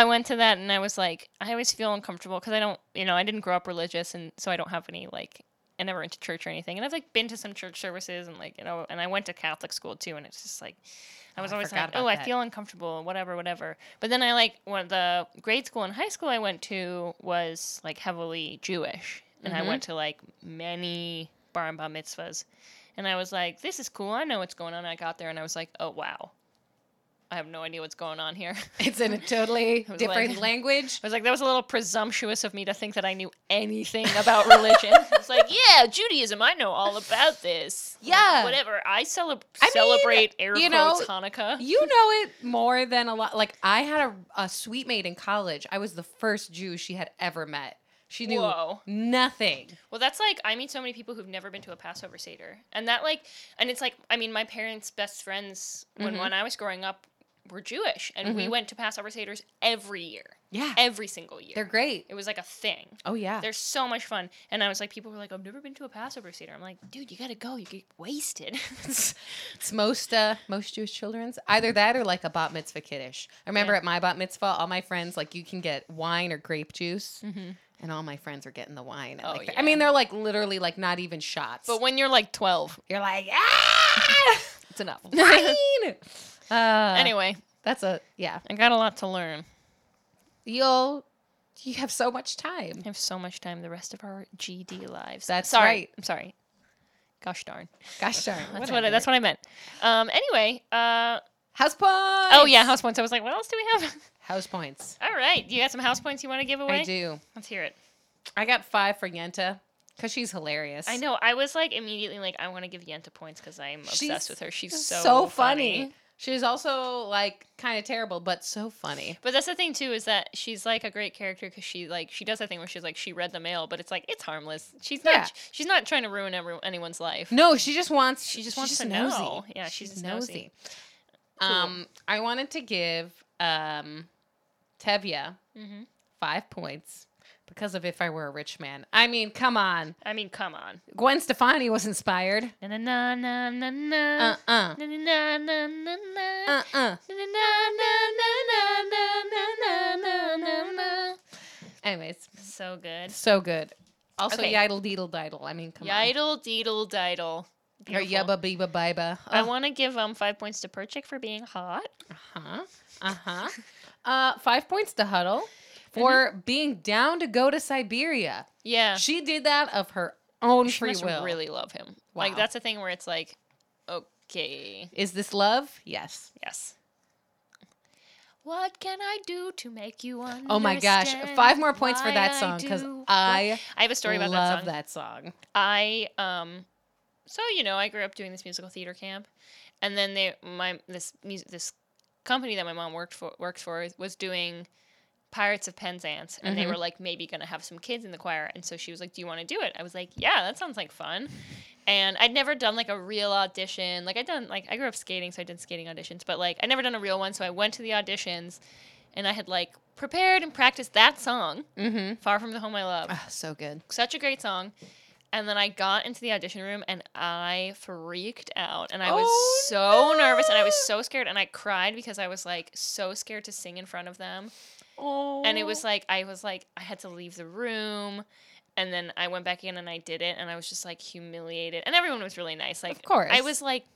S1: I went to that and I was like, I always feel uncomfortable because I don't, you know, I didn't grow up religious and so I don't have any like, I never went to church or anything. And I've like been to some church services and like, you know, and I went to Catholic school too. And it's just like, I was
S2: I
S1: always
S2: forgot
S1: like,
S2: about
S1: oh, I
S2: that.
S1: feel uncomfortable, whatever, whatever. But then I like, one of the grade school and high school I went to was like heavily Jewish. And
S2: Mm-hmm.
S1: I went to like many bar and bat mitzvahs. And I was like, this is cool. I know what's going on. I got there and I was like, oh, wow. I have no idea what's going on here. (laughs)
S2: It's in a totally
S1: was (laughs)
S2: different
S1: like-
S2: language.
S1: I was like, that was a little presumptuous of me to think that I knew anything about
S2: (laughs)
S1: religion. it's like, yeah, Judaism, I know all about this. Like,
S2: Yeah.
S1: whatever. I, celeb-
S2: I mean,
S1: celebrate air
S2: you know,
S1: quotes Hanukkah.
S2: You know it more than a lot. Like I had a, a sweet mate in college. I was the first Jew she had ever met. She knew
S1: Whoa.
S2: nothing.
S1: Well, that's like I meet so many people who've never been to a Passover Seder, and that like, and it's like I mean, my parents' best
S2: Mm-hmm.
S1: friends when when I was growing up were Jewish, and we went to Passover Seders every year.
S2: Yeah.
S1: every single year.
S2: They're great.
S1: it was like a thing.
S2: Oh yeah.
S1: They're so much fun. And I was like, people were like, I've never been to a Passover Seder. I'm like, dude, you gotta go. You get wasted. (laughs)
S2: It's most uh, most Jewish children's either that or like a bat mitzvah kiddish. I remember
S1: Yeah.
S2: at my bat mitzvah, all my friends like you can get wine or grape juice, and all my friends are getting the wine. and,
S1: Mm-hmm. Oh,
S2: like, I
S1: yeah.
S2: mean, they're like literally like not even shots.
S1: but when you're like 12,
S2: you're like, ah, (laughs) it's enough
S1: (laughs)
S2: wine. Uh,
S1: anyway,
S2: that's a yeah.
S1: I got a lot to learn.
S2: You'll you have so much time.
S1: I have so much time the rest of our GD lives.
S2: That's
S1: sorry.
S2: right.
S1: I'm sorry. Gosh darn.
S2: Gosh darn.
S1: That's what I, that's what I meant. Um. Anyway. Uh.
S2: house points.
S1: Oh yeah. House points. I was like, what else do we have? (laughs)
S2: house points.
S1: All right. You got some house points you want to give away?
S2: I do.
S1: Let's hear it.
S2: I got five for Yenta because she's hilarious.
S1: I know. I was like immediately like, I want to give Yenta points because I'm obsessed
S2: She's
S1: with her. She's
S2: She's
S1: so,
S2: She's also like kind of terrible, but so funny.
S1: But that's the thing too is that she's like a great character because she like she does that thing where she's like she read the mail, but it's like it's harmless. She's not
S2: Yeah.
S1: she's not trying to ruin every, anyone's life.
S2: No, she just wants. She just
S1: She
S2: wants
S1: just
S2: to
S1: knows.
S2: nosy.
S1: Yeah, she's just nosy. Cool.
S2: Um, I wanted to give um, Tevya
S1: Mhm.
S2: five points because of if I were a rich man. I mean, come on,
S1: I mean, come on.
S2: Gwen Stefani was inspired.
S1: Na na na na na na.
S2: Uh uh
S1: Na na na na na na.
S2: uh uh.
S1: Na na na na na na na na na na.
S2: Anyways,
S1: So good.
S2: so good. Also,
S1: Okay.
S2: yidle deedle diddle. I mean, come
S1: Yidle deedle diddle.
S2: on. Or
S1: Beautiful.
S2: yubba Uh. biba biba. Oh.
S1: I want to give um five points to Perchik for being hot.
S2: Uh-huh.
S1: (laughs)
S2: Uh-huh. uh, five points to Huddle for being down to go to Siberia.
S1: Yeah.
S2: She did that of her own
S1: She
S2: free
S1: must
S2: will.
S1: really love him.
S2: Wow.
S1: Like that's the thing where it's like, okay,
S2: Is this love? Yes.
S1: yes. What can I do to make you understand?
S2: Oh my gosh. Five more points for
S1: why
S2: that
S1: I
S2: song because
S1: do what-
S2: I
S1: I have a story about that
S2: love
S1: song.
S2: that song.
S1: I um, so you know, I grew up doing this musical theater camp, and then they my this music this company that my mom worked for worked for was doing Pirates of Penzance, and they
S2: Mhm.
S1: were like maybe gonna have some kids in the choir, and so she was like, "Do you want to do it?" I was like, "Yeah, that sounds like fun." And I'd never done like a real audition. Like I'd done like I grew up skating, so I did skating auditions, but like I never done a real one. So I went to the auditions, and I had like prepared and practiced that song,
S2: Mm-hmm. Ah,
S1: "Far from the Home I Love."
S2: so good.
S1: such a great song. And then I got into the audition room and I freaked out and I was
S2: Oh,
S1: so nervous and I was
S2: no.
S1: so scared and I cried because I was like so scared to sing in front of them.
S2: Oh.
S1: And it was like I was like I had to leave the room and then I went back in and I did it and I was just like humiliated. And everyone was really nice. Like
S2: course.
S1: I was like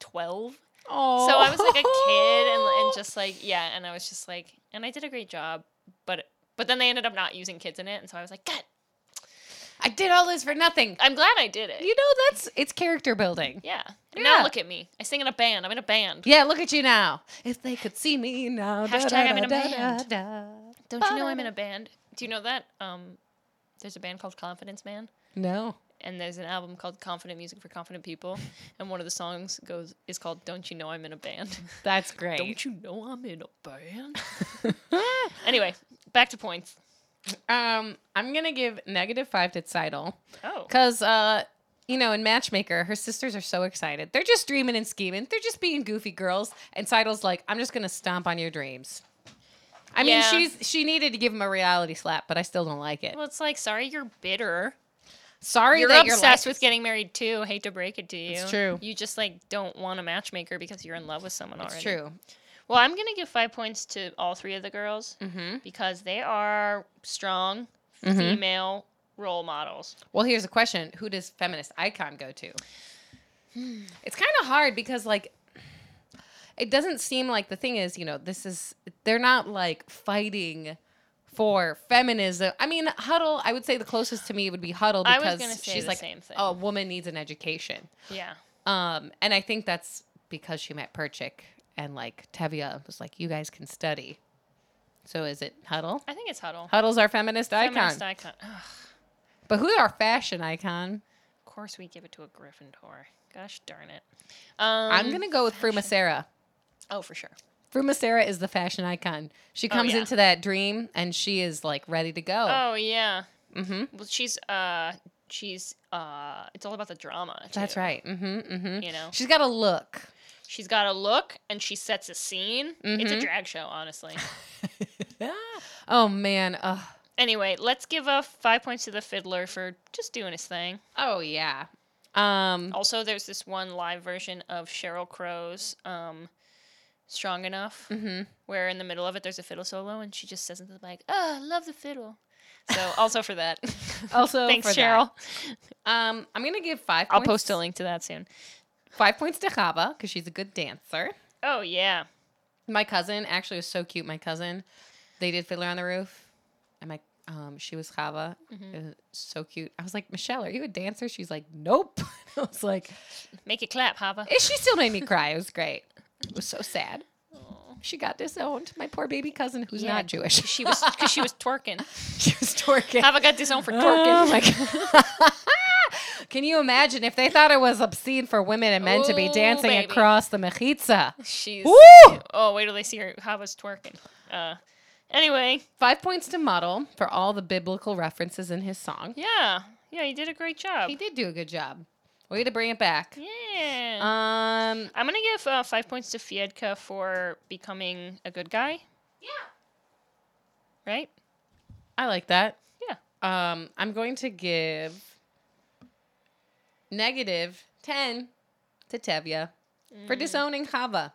S1: 12.
S2: oh.
S1: So I was like a kid and, and just like yeah, and I was just like and I did a great job, but but then they ended up not using kids in it and so I was like, "God,
S2: (laughs) I did all this for nothing.
S1: I'm glad I did it."
S2: You know, that's it's character building.
S1: Yeah. And Now
S2: Yeah.
S1: look at me. I sing in a band. I'm in a band.
S2: Yeah, look at you now. If they could see me now.
S1: Hashtag
S2: da,
S1: I'm in a
S2: da, da,
S1: band.
S2: da, da.
S1: Don't you know I'm in a band? Do you know that? Um, there's a band called Confidence Man,
S2: No.
S1: and there's an album called Confident Music for Confident
S2: (laughs)
S1: People, and one of the songs goes is called "Don't You Know I'm in a Band." (laughs)
S2: That's great.
S1: Don't you know I'm in a band?
S2: (laughs)
S1: anyway, back to points.
S2: um, I'm gonna give negative five to Seidel
S1: Oh,
S2: because uh, you know, in Matchmaker, her sisters are so excited. They're just dreaming and scheming. They're just being goofy girls, and Seidel's like, "I'm just gonna stomp on your dreams." I mean,
S1: Yeah.
S2: she's she needed to give him a reality slap, but I still don't like it.
S1: well, it's like sorry you're bitter.
S2: Sorry
S1: You're
S2: that
S1: obsessed
S2: your life-
S1: with getting married too. Hate to break it to you.
S2: It's true.
S1: You just like don't want a matchmaker because you're in love with someone already.
S2: It's true.
S1: Well, I'm gonna give five points to all three of the girls.
S2: hmm
S1: because they are strong
S2: Mhm.
S1: female role models.
S2: Well, here's a question: Who does feminist icon go to?
S1: Hmm.
S2: It's kind of hard because like. It doesn't seem like the thing is, you know, this is they're not like fighting for feminism. I mean, Huddle, I would say the closest to me would be Huddle
S1: I was
S2: because
S1: gonna say
S2: she's
S1: the
S2: like
S1: same thing.
S2: a woman needs an education.
S1: Yeah.
S2: Um, and I think that's because she met Perchik and like Tevia was like, You guys can study. So is it Huddle?
S1: I think it's Huddle.
S2: Huddle's our feminist icon.
S1: Feminist icon. Ugh,
S2: but who's our fashion icon?
S1: of course we give it to a Gryffindor. Gosh darn it. Um,
S2: I'm gonna go with Frumacera.
S1: Oh, for sure.
S2: Frumacera is the fashion icon. She comes
S1: Oh, yeah.
S2: into that dream and she is like ready to go.
S1: Oh yeah.
S2: hmm
S1: Well, she's uh, she's uh, it's all about the drama.
S2: That's
S1: too,
S2: right. hmm hmm
S1: You know,
S2: She's got a look. Mm-hmm.
S1: she's got a look and she sets a scene. It's a drag show, honestly.
S2: Oh man. Ugh.
S1: Anyway, let's give a five points to the fiddler for just doing his thing.
S2: Oh yeah. Um.
S1: Also, there's this one live version of Cheryl Crow's um, "Strong Enough,"
S2: mhm.
S1: where in the middle of it there's a fiddle solo, and she just says into the mic, "Ah, love the fiddle." So, also for that.
S2: Also,
S1: (laughs) Thanks,
S2: for that.
S1: Cheryl.
S2: Um, I'm gonna give five.
S1: I'll
S2: points,
S1: post a link to that soon.
S2: Five points to Chava because she's a good dancer.
S1: Oh yeah,
S2: My cousin actually was so cute. My cousin, they did Fiddler on the Roof, and my um, she was Chava.
S1: Mm-hmm.
S2: It was so cute. I was like, Michelle, are you a dancer? She's like, Nope. (laughs) I was like,
S1: make it clap, Hava.
S2: and she still made me cry. It was great. It was so sad. She got disowned. My poor baby cousin, who's
S1: Yeah,
S2: not Jewish. (laughs)
S1: She was because she was twerking.
S2: she was twerking.
S1: Hava got disowned for
S2: (laughs) Oh
S1: twerking.
S2: my god. (laughs) Can you imagine if they thought it was obscene for women and men to be
S1: Ooh,
S2: dancing
S1: baby.
S2: across the mechitza?
S1: (laughs) She's
S2: Woo!
S1: oh wait till they see her. Hava's twerking. Uh, anyway,
S2: Five points to Muddle for all the biblical references in his song.
S1: yeah, yeah, you did a great job.
S2: He did do a good job. Way to bring it back.
S1: Yeah.
S2: Um,
S1: I'm gonna give uh, five points to Fiedka for becoming a good guy. Yeah. Right.
S2: I like that.
S1: Yeah.
S2: Um, I'm going to give negative ten to Tevya
S1: Mm.
S2: for disowning Chava.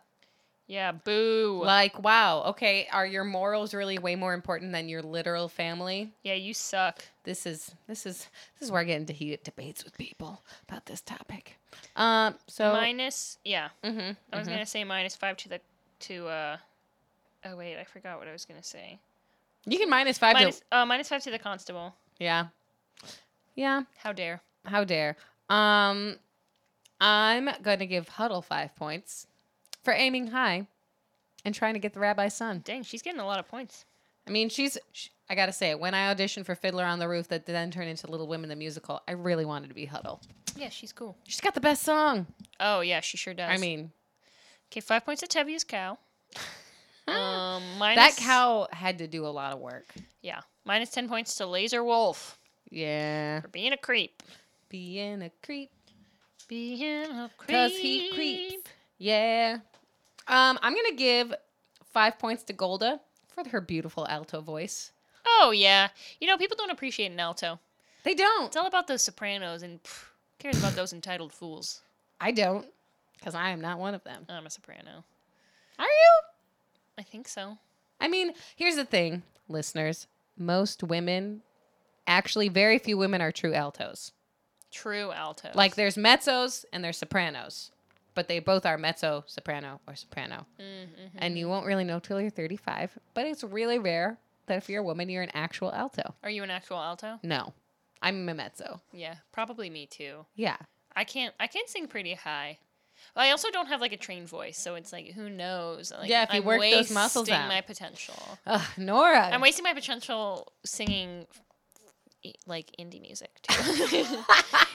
S1: Yeah. Boo.
S2: Like, wow, okay, are your morals really way more important than your literal family?
S1: yeah, you suck.
S2: this is this is this is where I get into heated debates with people about this topic. Um,
S1: Oh.
S2: so
S1: minus. Yeah.
S2: mhm,
S1: I was
S2: mhm.
S1: gonna say minus five to the to. uh Oh wait, I forgot what I was gonna say.
S2: you can minus five.
S1: Minus,
S2: to,
S1: uh, minus five to the constable.
S2: yeah, yeah.
S1: How dare?
S2: How dare? Um, I'm going to give Huddle five points for aiming high and trying to get the rabbi's son.
S1: Dang, she's getting a lot of points.
S2: I mean, she's. sh I gotta say, when I auditioned for Fiddler on the Roof, that then turned into Little Women the musical, I really wanted to be Huddle.
S1: Yeah, she's cool.
S2: She's got the best song.
S1: Oh yeah, she sure does.
S2: I mean,
S1: okay, five points to Tevye's cow. um, minus,
S2: uh, that cow had to do a lot of work.
S1: Yeah, minus ten points to Laser Wolf
S2: Yeah.
S1: for being a creep.
S2: Being a creep.
S1: Being a creep.
S2: Because he creeps. Yeah. Um, I'm gonna give five points to Golda for her beautiful alto voice.
S1: Oh yeah. You know, people don't appreciate an alto.
S2: They don't.
S1: It's all about those sopranos and pff, who cares about those entitled fools.
S2: I don't, because I am not one of them.
S1: I'm a soprano.
S2: Are you?
S1: I think so.
S2: I mean, here's the thing, listeners. Most women, actually, very few women are true altos.
S1: True alto.
S2: Like there's mezzos and there's sopranos, but they both are mezzo, soprano, or soprano.
S1: Mm-hmm.
S2: And you won't really know till you're 35. But it's really rare that if you're a woman, you're an actual alto.
S1: Are you an actual alto?
S2: No, I'm a mezzo.
S1: Yeah, probably me too.
S2: Yeah.
S1: I can't. I can sing pretty high. I also don't have like a trained voice, so it's like who knows? Like,
S2: Yeah, if you
S1: I'm
S2: work those muscles
S1: wasting
S2: out.
S1: my potential.
S2: Ugh, Nora.
S1: I'm wasting my potential singing i- like indie music too. (laughs)
S2: (laughs)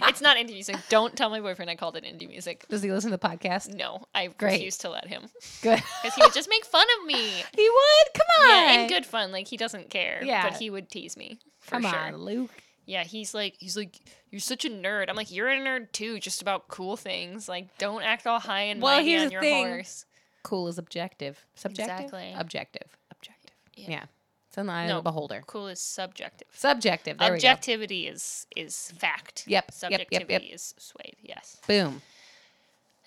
S1: it's not indie music. Don't tell my boyfriend I called it indie music.
S2: Does he listen to the podcast?
S1: No, I
S2: Great.
S1: refuse to let him (laughs)
S2: Good.
S1: because he would just make fun of me.
S2: (laughs) he would. Come on.
S1: Yeah, and good fun. Like he doesn't care.
S2: Yeah.
S1: but he would tease me for
S2: Come
S1: sure.
S2: on, Luke.
S1: Yeah, he's like, he's like, you're such a nerd. I'm like, you're a nerd too, just about cool things. Like, don't act all high and
S2: Well,
S1: mighty
S2: here's
S1: on
S2: the
S1: your
S2: thing.
S1: horse.
S2: Cool is objective. Subjective.
S1: Exactly.
S2: Objective. Objective.
S1: Yeah.
S2: Yeah. It's in the eye
S1: No.
S2: of the beholder.
S1: Cool is subjective.
S2: Subjective. There
S1: Objectivity is is fact.
S2: Yep, yep, yep, yep.
S1: Subjectivity is swayed. Yes.
S2: we go. Boom.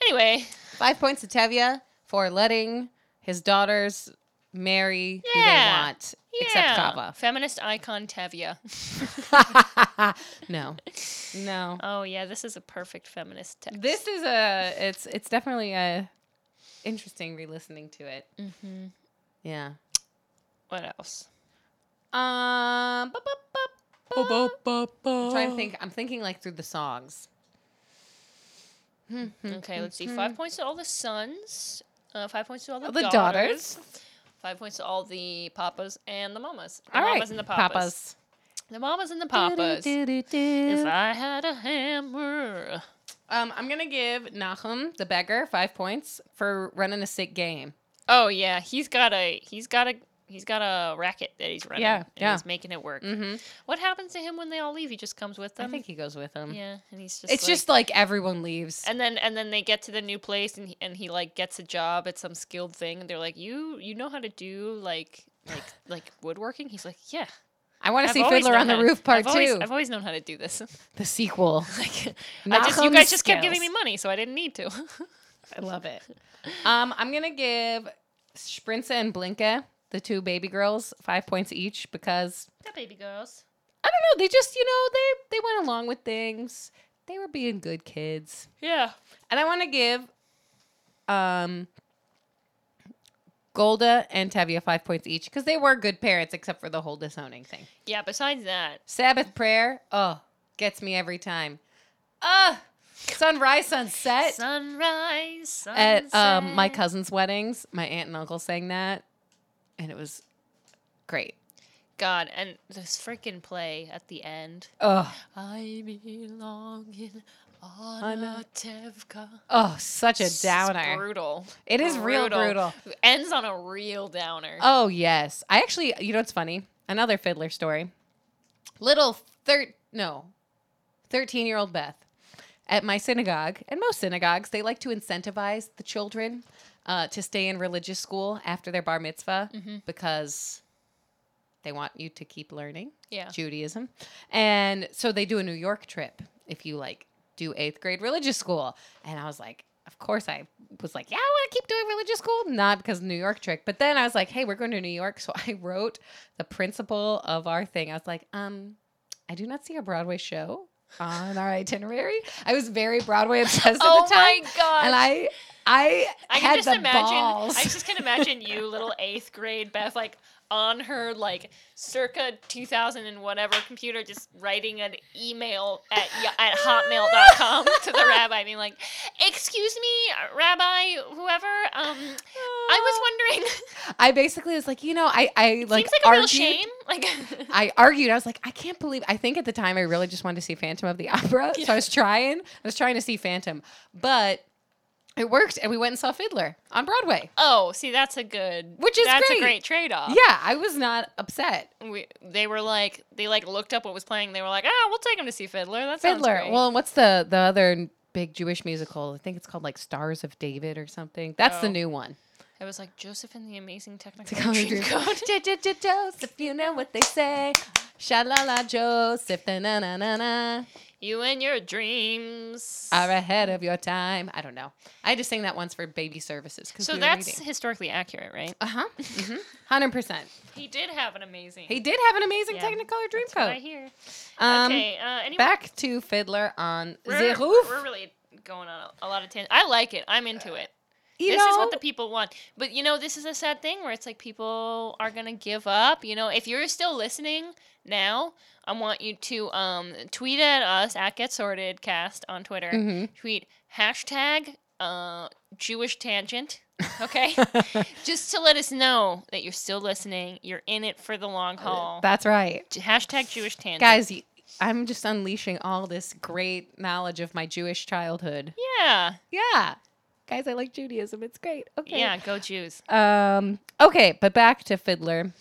S1: Anyway,
S2: Five points to Tevya for letting his daughters marry
S1: Yeah.
S2: who they
S1: yeah.
S2: want,
S1: Feminist icon Tevya.
S2: except Kava. (laughs) no.
S1: (laughs)
S2: No.
S1: Oh yeah, this is a perfect feminist text.
S2: This is a it's it's definitely a interesting re-listening to it.
S1: Mhm.
S2: Yeah.
S1: What else?
S2: Um, bup, bup, bup, bup. I'm trying to
S1: Okay,
S2: think. I'm thinking like through the songs.
S1: let's see. Five points to all the sons. Uh, five points to all the,
S2: Mm-hmm. The
S1: daughters.
S2: daughters.
S1: Five points to all the papas and the mamas. The
S2: All right.
S1: mamas and the papas. The mamas and the papas. If
S2: Doo-doo-doo-doo.
S1: I had a hammer.
S2: Um, I'm gonna give Nahum the beggar five points for running a sick game.
S1: Oh yeah, he's got a he's got a he's got a racket that he's running.
S2: Yeah,
S1: and
S2: yeah.
S1: He's making it work.
S2: Mm-hmm.
S1: What happens to him when they all leave? He just comes with
S2: I
S1: them.
S2: think he goes with him.
S1: yeah, and he's just
S2: it's
S1: like-
S2: just like everyone leaves.
S1: and then and then they get to the new place and he, and he like gets a job at some skilled thing and they're like you you know how to do like like like woodworking? He's like, yeah.
S2: I want to
S1: I've
S2: see
S1: always
S2: Fiddler
S1: known
S2: on the
S1: how to-
S2: Roof Part
S1: I've always-
S2: Two,
S1: I've always known how to do this. (laughs)
S2: the sequel.
S1: like, I
S2: Knock
S1: just,
S2: on
S1: you
S2: the
S1: guys just kept giving me
S2: scales.
S1: money, so I didn't need to. (laughs)
S2: I love it. Um, I'm gonna give Sprinza and Blinka, the two baby girls, five points each because
S1: the baby girls.
S2: I don't know. They just, you know, they they went along with things. They were being good kids,
S1: Yeah.
S2: and I want to give um Golda and Tavia five points each because they were good parents, except for the whole disowning thing.
S1: Yeah, besides that.
S2: Sabbath prayer, oh, gets me every time. Ugh, sunrise, sunset.
S1: Sunrise, sunset.
S2: at um, my cousin's weddings, my aunt and uncle sang that, and it was great.
S1: God, and this freaking play at the end.
S2: Oh,
S1: I belong in
S2: On
S1: Anna
S2: a-
S1: Tevka.
S2: oh, such a
S1: It's
S2: downer.
S1: brutal.
S2: It is real brutal.
S1: Ends on a real downer.
S2: Oh yes, I actually, you know, what's funny. Another fiddler story. Little thir no, thirteen year old Beth at my synagogue and most synagogues they like to incentivize the children uh, to stay in religious school after their bar mitzvah because they want you to keep learning.
S1: yeah.
S2: Judaism. And so they do a New York trip if you like do eighth grade religious school. And I was like, of course I was like, yeah, I want to keep doing religious school, not because of New York trick. But then I was like, hey, we're going to New York. (laughs) So I wrote the principal of our thing. I was like, um, I do not see a Broadway show on our itinerary. I was very Broadway obsessed
S1: (laughs) Oh
S2: at the time.
S1: my god.
S2: And I I,
S1: I
S2: had
S1: can just
S2: the
S1: imagine.
S2: balls.
S1: I just can imagine you, little eighth grade Beth, like on her like circa 2000 and whatever computer, just writing an email at y- at
S2: (laughs)
S1: hotmail.com to the rabbi, being like, "Excuse me, Rabbi, whoever. Um, I was wondering. (laughs)
S2: I basically was like, you know, I I Uh, like
S1: seems like a real
S2: argued-
S1: shame. Like, (laughs)
S2: I argued. I was like, I can't believe. I think at the time I really just wanted to see Phantom of the Opera, (laughs) so I was trying. I was trying to see Phantom, but it worked, and we went and saw Fiddler on Broadway.
S1: oh, see, that's a good.
S2: Which is
S1: that's
S2: great.
S1: a great trade off.
S2: Yeah, I was not upset.
S1: We, they were like they like looked up what was playing. They were like, ah, we'll take him to see Fiddler. That sounds
S2: Fiddler.
S1: great.
S2: Well, and what's the the other big Jewish musical? I think it's called like Stars of David or something. That's the
S1: Oh.
S2: new one.
S1: I was like Joseph and the Amazing Technicolor
S2: Technology (laughs)
S1: Dreamcoat.
S2: Joseph, you know what they say. Shalala Joseph, na na na na.
S1: You and your dreams.
S2: are ahead of your time. I don't know. I just sang that once for baby services. 'cause
S1: So
S2: we were
S1: that's
S2: reading.
S1: historically accurate, right? (laughs)
S2: uh huh, hundred percent.
S1: He did have an amazing.
S2: He did have an amazing
S1: Yeah,
S2: Technicolor
S1: that's what I
S2: Dreamcoat.
S1: hear.
S2: Um,
S1: okay. Uh, anyway,
S2: back to Fiddler on
S1: we're,
S2: the Roof.
S1: we're really going on a, a lot of tangents. I like it. I'm into it.
S2: you
S1: this
S2: know,
S1: is what the people want. But you know, this is a sad thing where it's like people are gonna give up. You know, if you're still listening now, I want you to um, tweet at us at Get Sorted Cast on Twitter.
S2: Mhm.
S1: Tweet hashtag uh, Jewish Tangent.
S2: (laughs)
S1: Okay, just to let us know that you're still listening. You're in it for the long haul.
S2: that's right,
S1: J- hashtag Jewish Tangent.
S2: guys. y- I'm just unleashing all this great knowledge of my Jewish childhood.
S1: Yeah.
S2: Yeah, guys, I like Judaism. It's great. Okay.
S1: Yeah. Go Jews. (laughs)
S2: Um. Okay, but back to Fiddler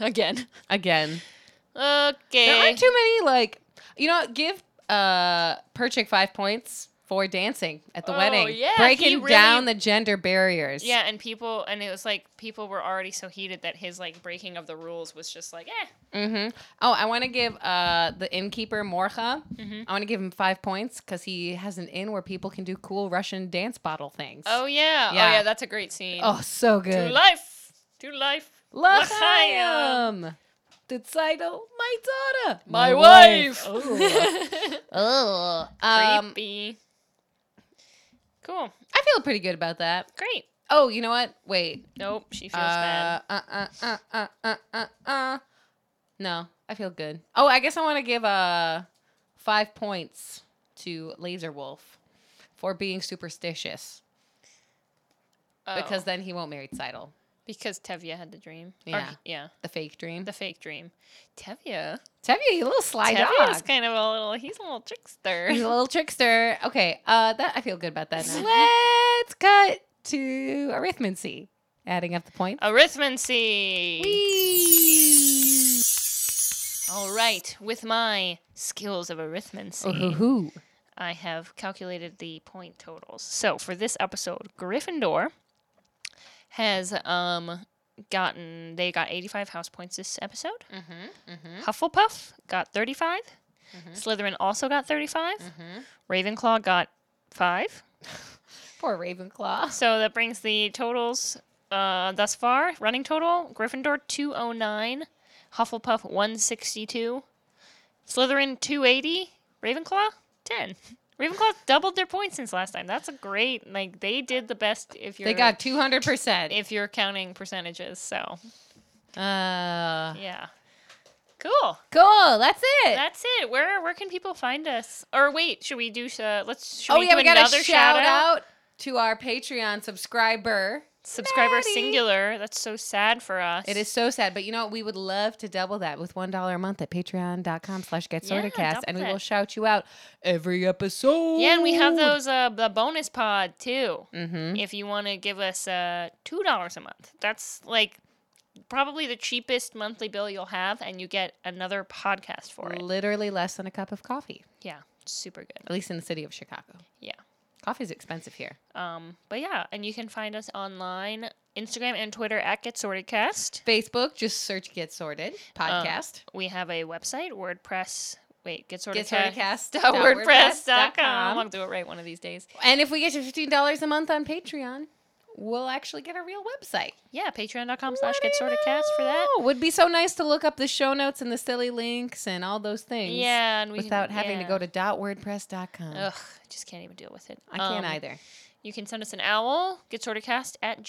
S1: Again.
S2: again.
S1: Okay.
S2: There
S1: Eh.
S2: aren't too many like you know. Give uh Perchik five points for dancing at the
S1: Oh,
S2: wedding,
S1: yeah, he
S2: breaking
S1: really-
S2: down the gender barriers.
S1: Yeah, and people, and it was like people were already so heated that his like breaking of the rules was just like, eh.
S2: Mm-hmm. Oh, I want to give uh the innkeeper Morcha.
S1: Mm-hmm.
S2: I want to give him five points because he has an inn where people can do cool Russian dance bottle things.
S1: Oh yeah, oh
S2: Yeah.
S1: yeah, that's a great scene.
S2: Oh, so
S1: to
S2: good.
S1: life, to life, L'chaim.
S2: L'chaim. The title, my daughter,
S1: my wife. (laughs)
S2: Oh, (laughs) um,
S1: Creepy. Cool.
S2: I feel pretty good about that.
S1: Great.
S2: Oh, you know what? Wait,
S1: Nope, she feels bad.
S2: Uh, uh, uh, uh, uh, uh, uh. No, I feel good. Oh, I guess I want to give uh five points to Laser Wolf for being superstitious
S1: Oh,
S2: because then he won't marry Seidel,
S1: because Tevya had the dream. Or
S2: Yeah.
S1: he- yeah,
S2: the fake dream.
S1: the fake dream. Tevya.
S2: Tevye, you little sly
S1: Tevya's
S2: dog.
S1: kind of a little. He's a little trickster.
S2: He's a little trickster. Okay, uh, that I feel good about
S1: (laughs)
S2: that. Now. Let's cut to arithmancy, adding up the points.
S1: Arithmancy.
S2: Whee!
S1: All right, with my skills of arithmancy,
S2: Oh, hoo, hoo.
S1: I have calculated the point totals. So for this episode, Gryffindor has um gotten they got 85 house points this episode. Hufflepuff got 35. Slytherin also got 35. Ravenclaw got 5.
S2: Poor Ravenclaw.
S1: So that brings the totals uh, thus far. Running total Gryffindor 209, Hufflepuff 162, Slytherin 280, Ravenclaw 10. Ravenclaw doubled their points since last time. That's a great like they did the best if you're
S2: They got 200%.
S1: if you're counting percentages. So
S2: Uh,
S1: yeah, cool.
S2: cool. That's it.
S1: That's it. Where where can people find us? Or wait, should we do? Uh, let's. Should
S2: oh,
S1: we
S2: yeah.
S1: do
S2: We got
S1: another
S2: a shout out to our Patreon subscriber.
S1: Subscriber
S2: Maddie.
S1: singular. That's so sad for us.
S2: It is so sad, but you know what? We would love to double that with one dollar a month at patreon.com slash get
S1: Yeah,
S2: sortedcast, and
S1: double
S2: we
S1: it.
S2: will shout you out every episode.
S1: Yeah, and we have those uh the bonus pod too.
S2: Mm-hmm.
S1: If you want to give us uh two dollars a month, that's like probably the cheapest monthly bill you'll have, and you get another podcast for it.
S2: Literally less than a cup of coffee,
S1: Yeah, super good.
S2: at least in the city of Chicago.
S1: Yeah.
S2: Coffee's expensive here.
S1: Um, but yeah, and you can find us online, Instagram and Twitter at Get Sorted Cast.
S2: Facebook, just search Get Sorted
S1: Uh,
S2: podcast.
S1: We have a website, WordPress. Wait, get sorted.
S2: Get
S1: Get
S2: sortedcast.
S1: (laughs) WordPress.com. I'll do it right one of these days.
S2: And if we get to $15 a month on Patreon, we'll actually get a real website.
S1: Yeah, patreon.com slash get sorted cast for that.
S2: Oh, would be so nice to look up the show notes and the silly links and all those things.
S1: Yeah, and we can-
S2: without having to
S1: yeah.
S2: go to .wordpress.com.
S1: Ugh, I just can't even deal with it.
S2: I
S1: Um,
S2: can't either.
S1: You can send us an owl, get sortedcast at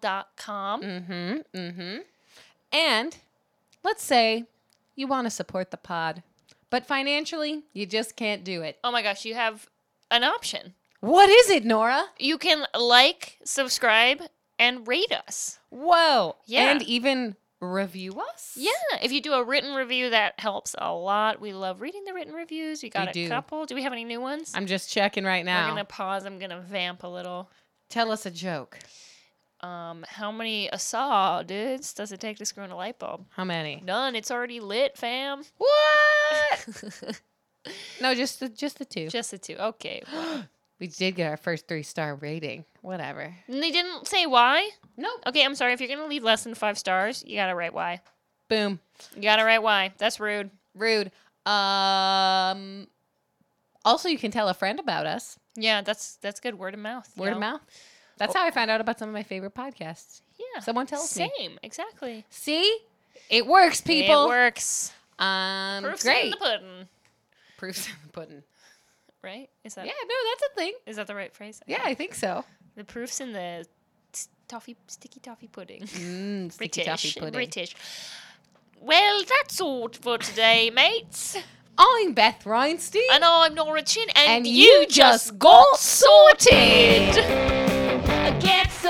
S1: gmail.com.
S2: Mm-hmm. Mm-hmm. And let's say you want to support the pod, but financially you just can't do it.
S1: Oh my gosh, you have an option.
S2: What is it, Nora?
S1: You can like, subscribe, and rate us.
S2: Whoa.
S1: Yeah.
S2: And even review us?
S1: Yeah, if you do a written review, that helps a lot. We love reading the written reviews. We got
S2: We
S1: a
S2: do.
S1: couple. Do we have any new ones?
S2: I'm just checking right
S1: We're
S2: now.
S1: gonna pause. I'm gonna vamp a little.
S2: Tell us a joke.
S1: Um, how many Asaw dudes does it take to screw in a light bulb?
S2: How many?
S1: None. It's already lit, fam.
S2: What? (laughs) no, just the, just the two.
S1: Just the two. Okay. well.
S2: We did get our first three star rating. Whatever.
S1: And they didn't say why.
S2: Nope.
S1: Okay, I'm sorry. If you're gonna leave less than five stars, you gotta write why.
S2: Boom.
S1: You gotta write why. That's rude.
S2: Rude. Um. Also, you can tell a friend about us.
S1: Yeah, that's that's good. Word of mouth. you
S2: Word of
S1: know?
S2: mouth. That's how I found out about some of my favorite podcasts.
S1: Yeah.
S2: Someone tells
S1: Same.
S2: me.
S1: Exactly.
S2: See, it works, people.
S1: It works.
S2: Um,
S1: Proofs in
S2: great.
S1: the pudding.
S2: Proofs in the pudding.
S1: Right? Is that
S2: Yeah, no, that's a thing.
S1: is that the right phrase?
S2: Yeah, I think so.
S1: The proofs in the s- toffee sticky toffee pudding.
S2: Mm, (laughs) sticky toffee
S1: British.
S2: pudding.
S1: British. Well, that's all for today,
S2: (laughs)
S1: mates.
S2: I'm Beth Reinstein.
S1: And I'm Nora Chin, and,
S2: And
S1: you
S2: you
S1: just
S2: just
S1: got sorted. Get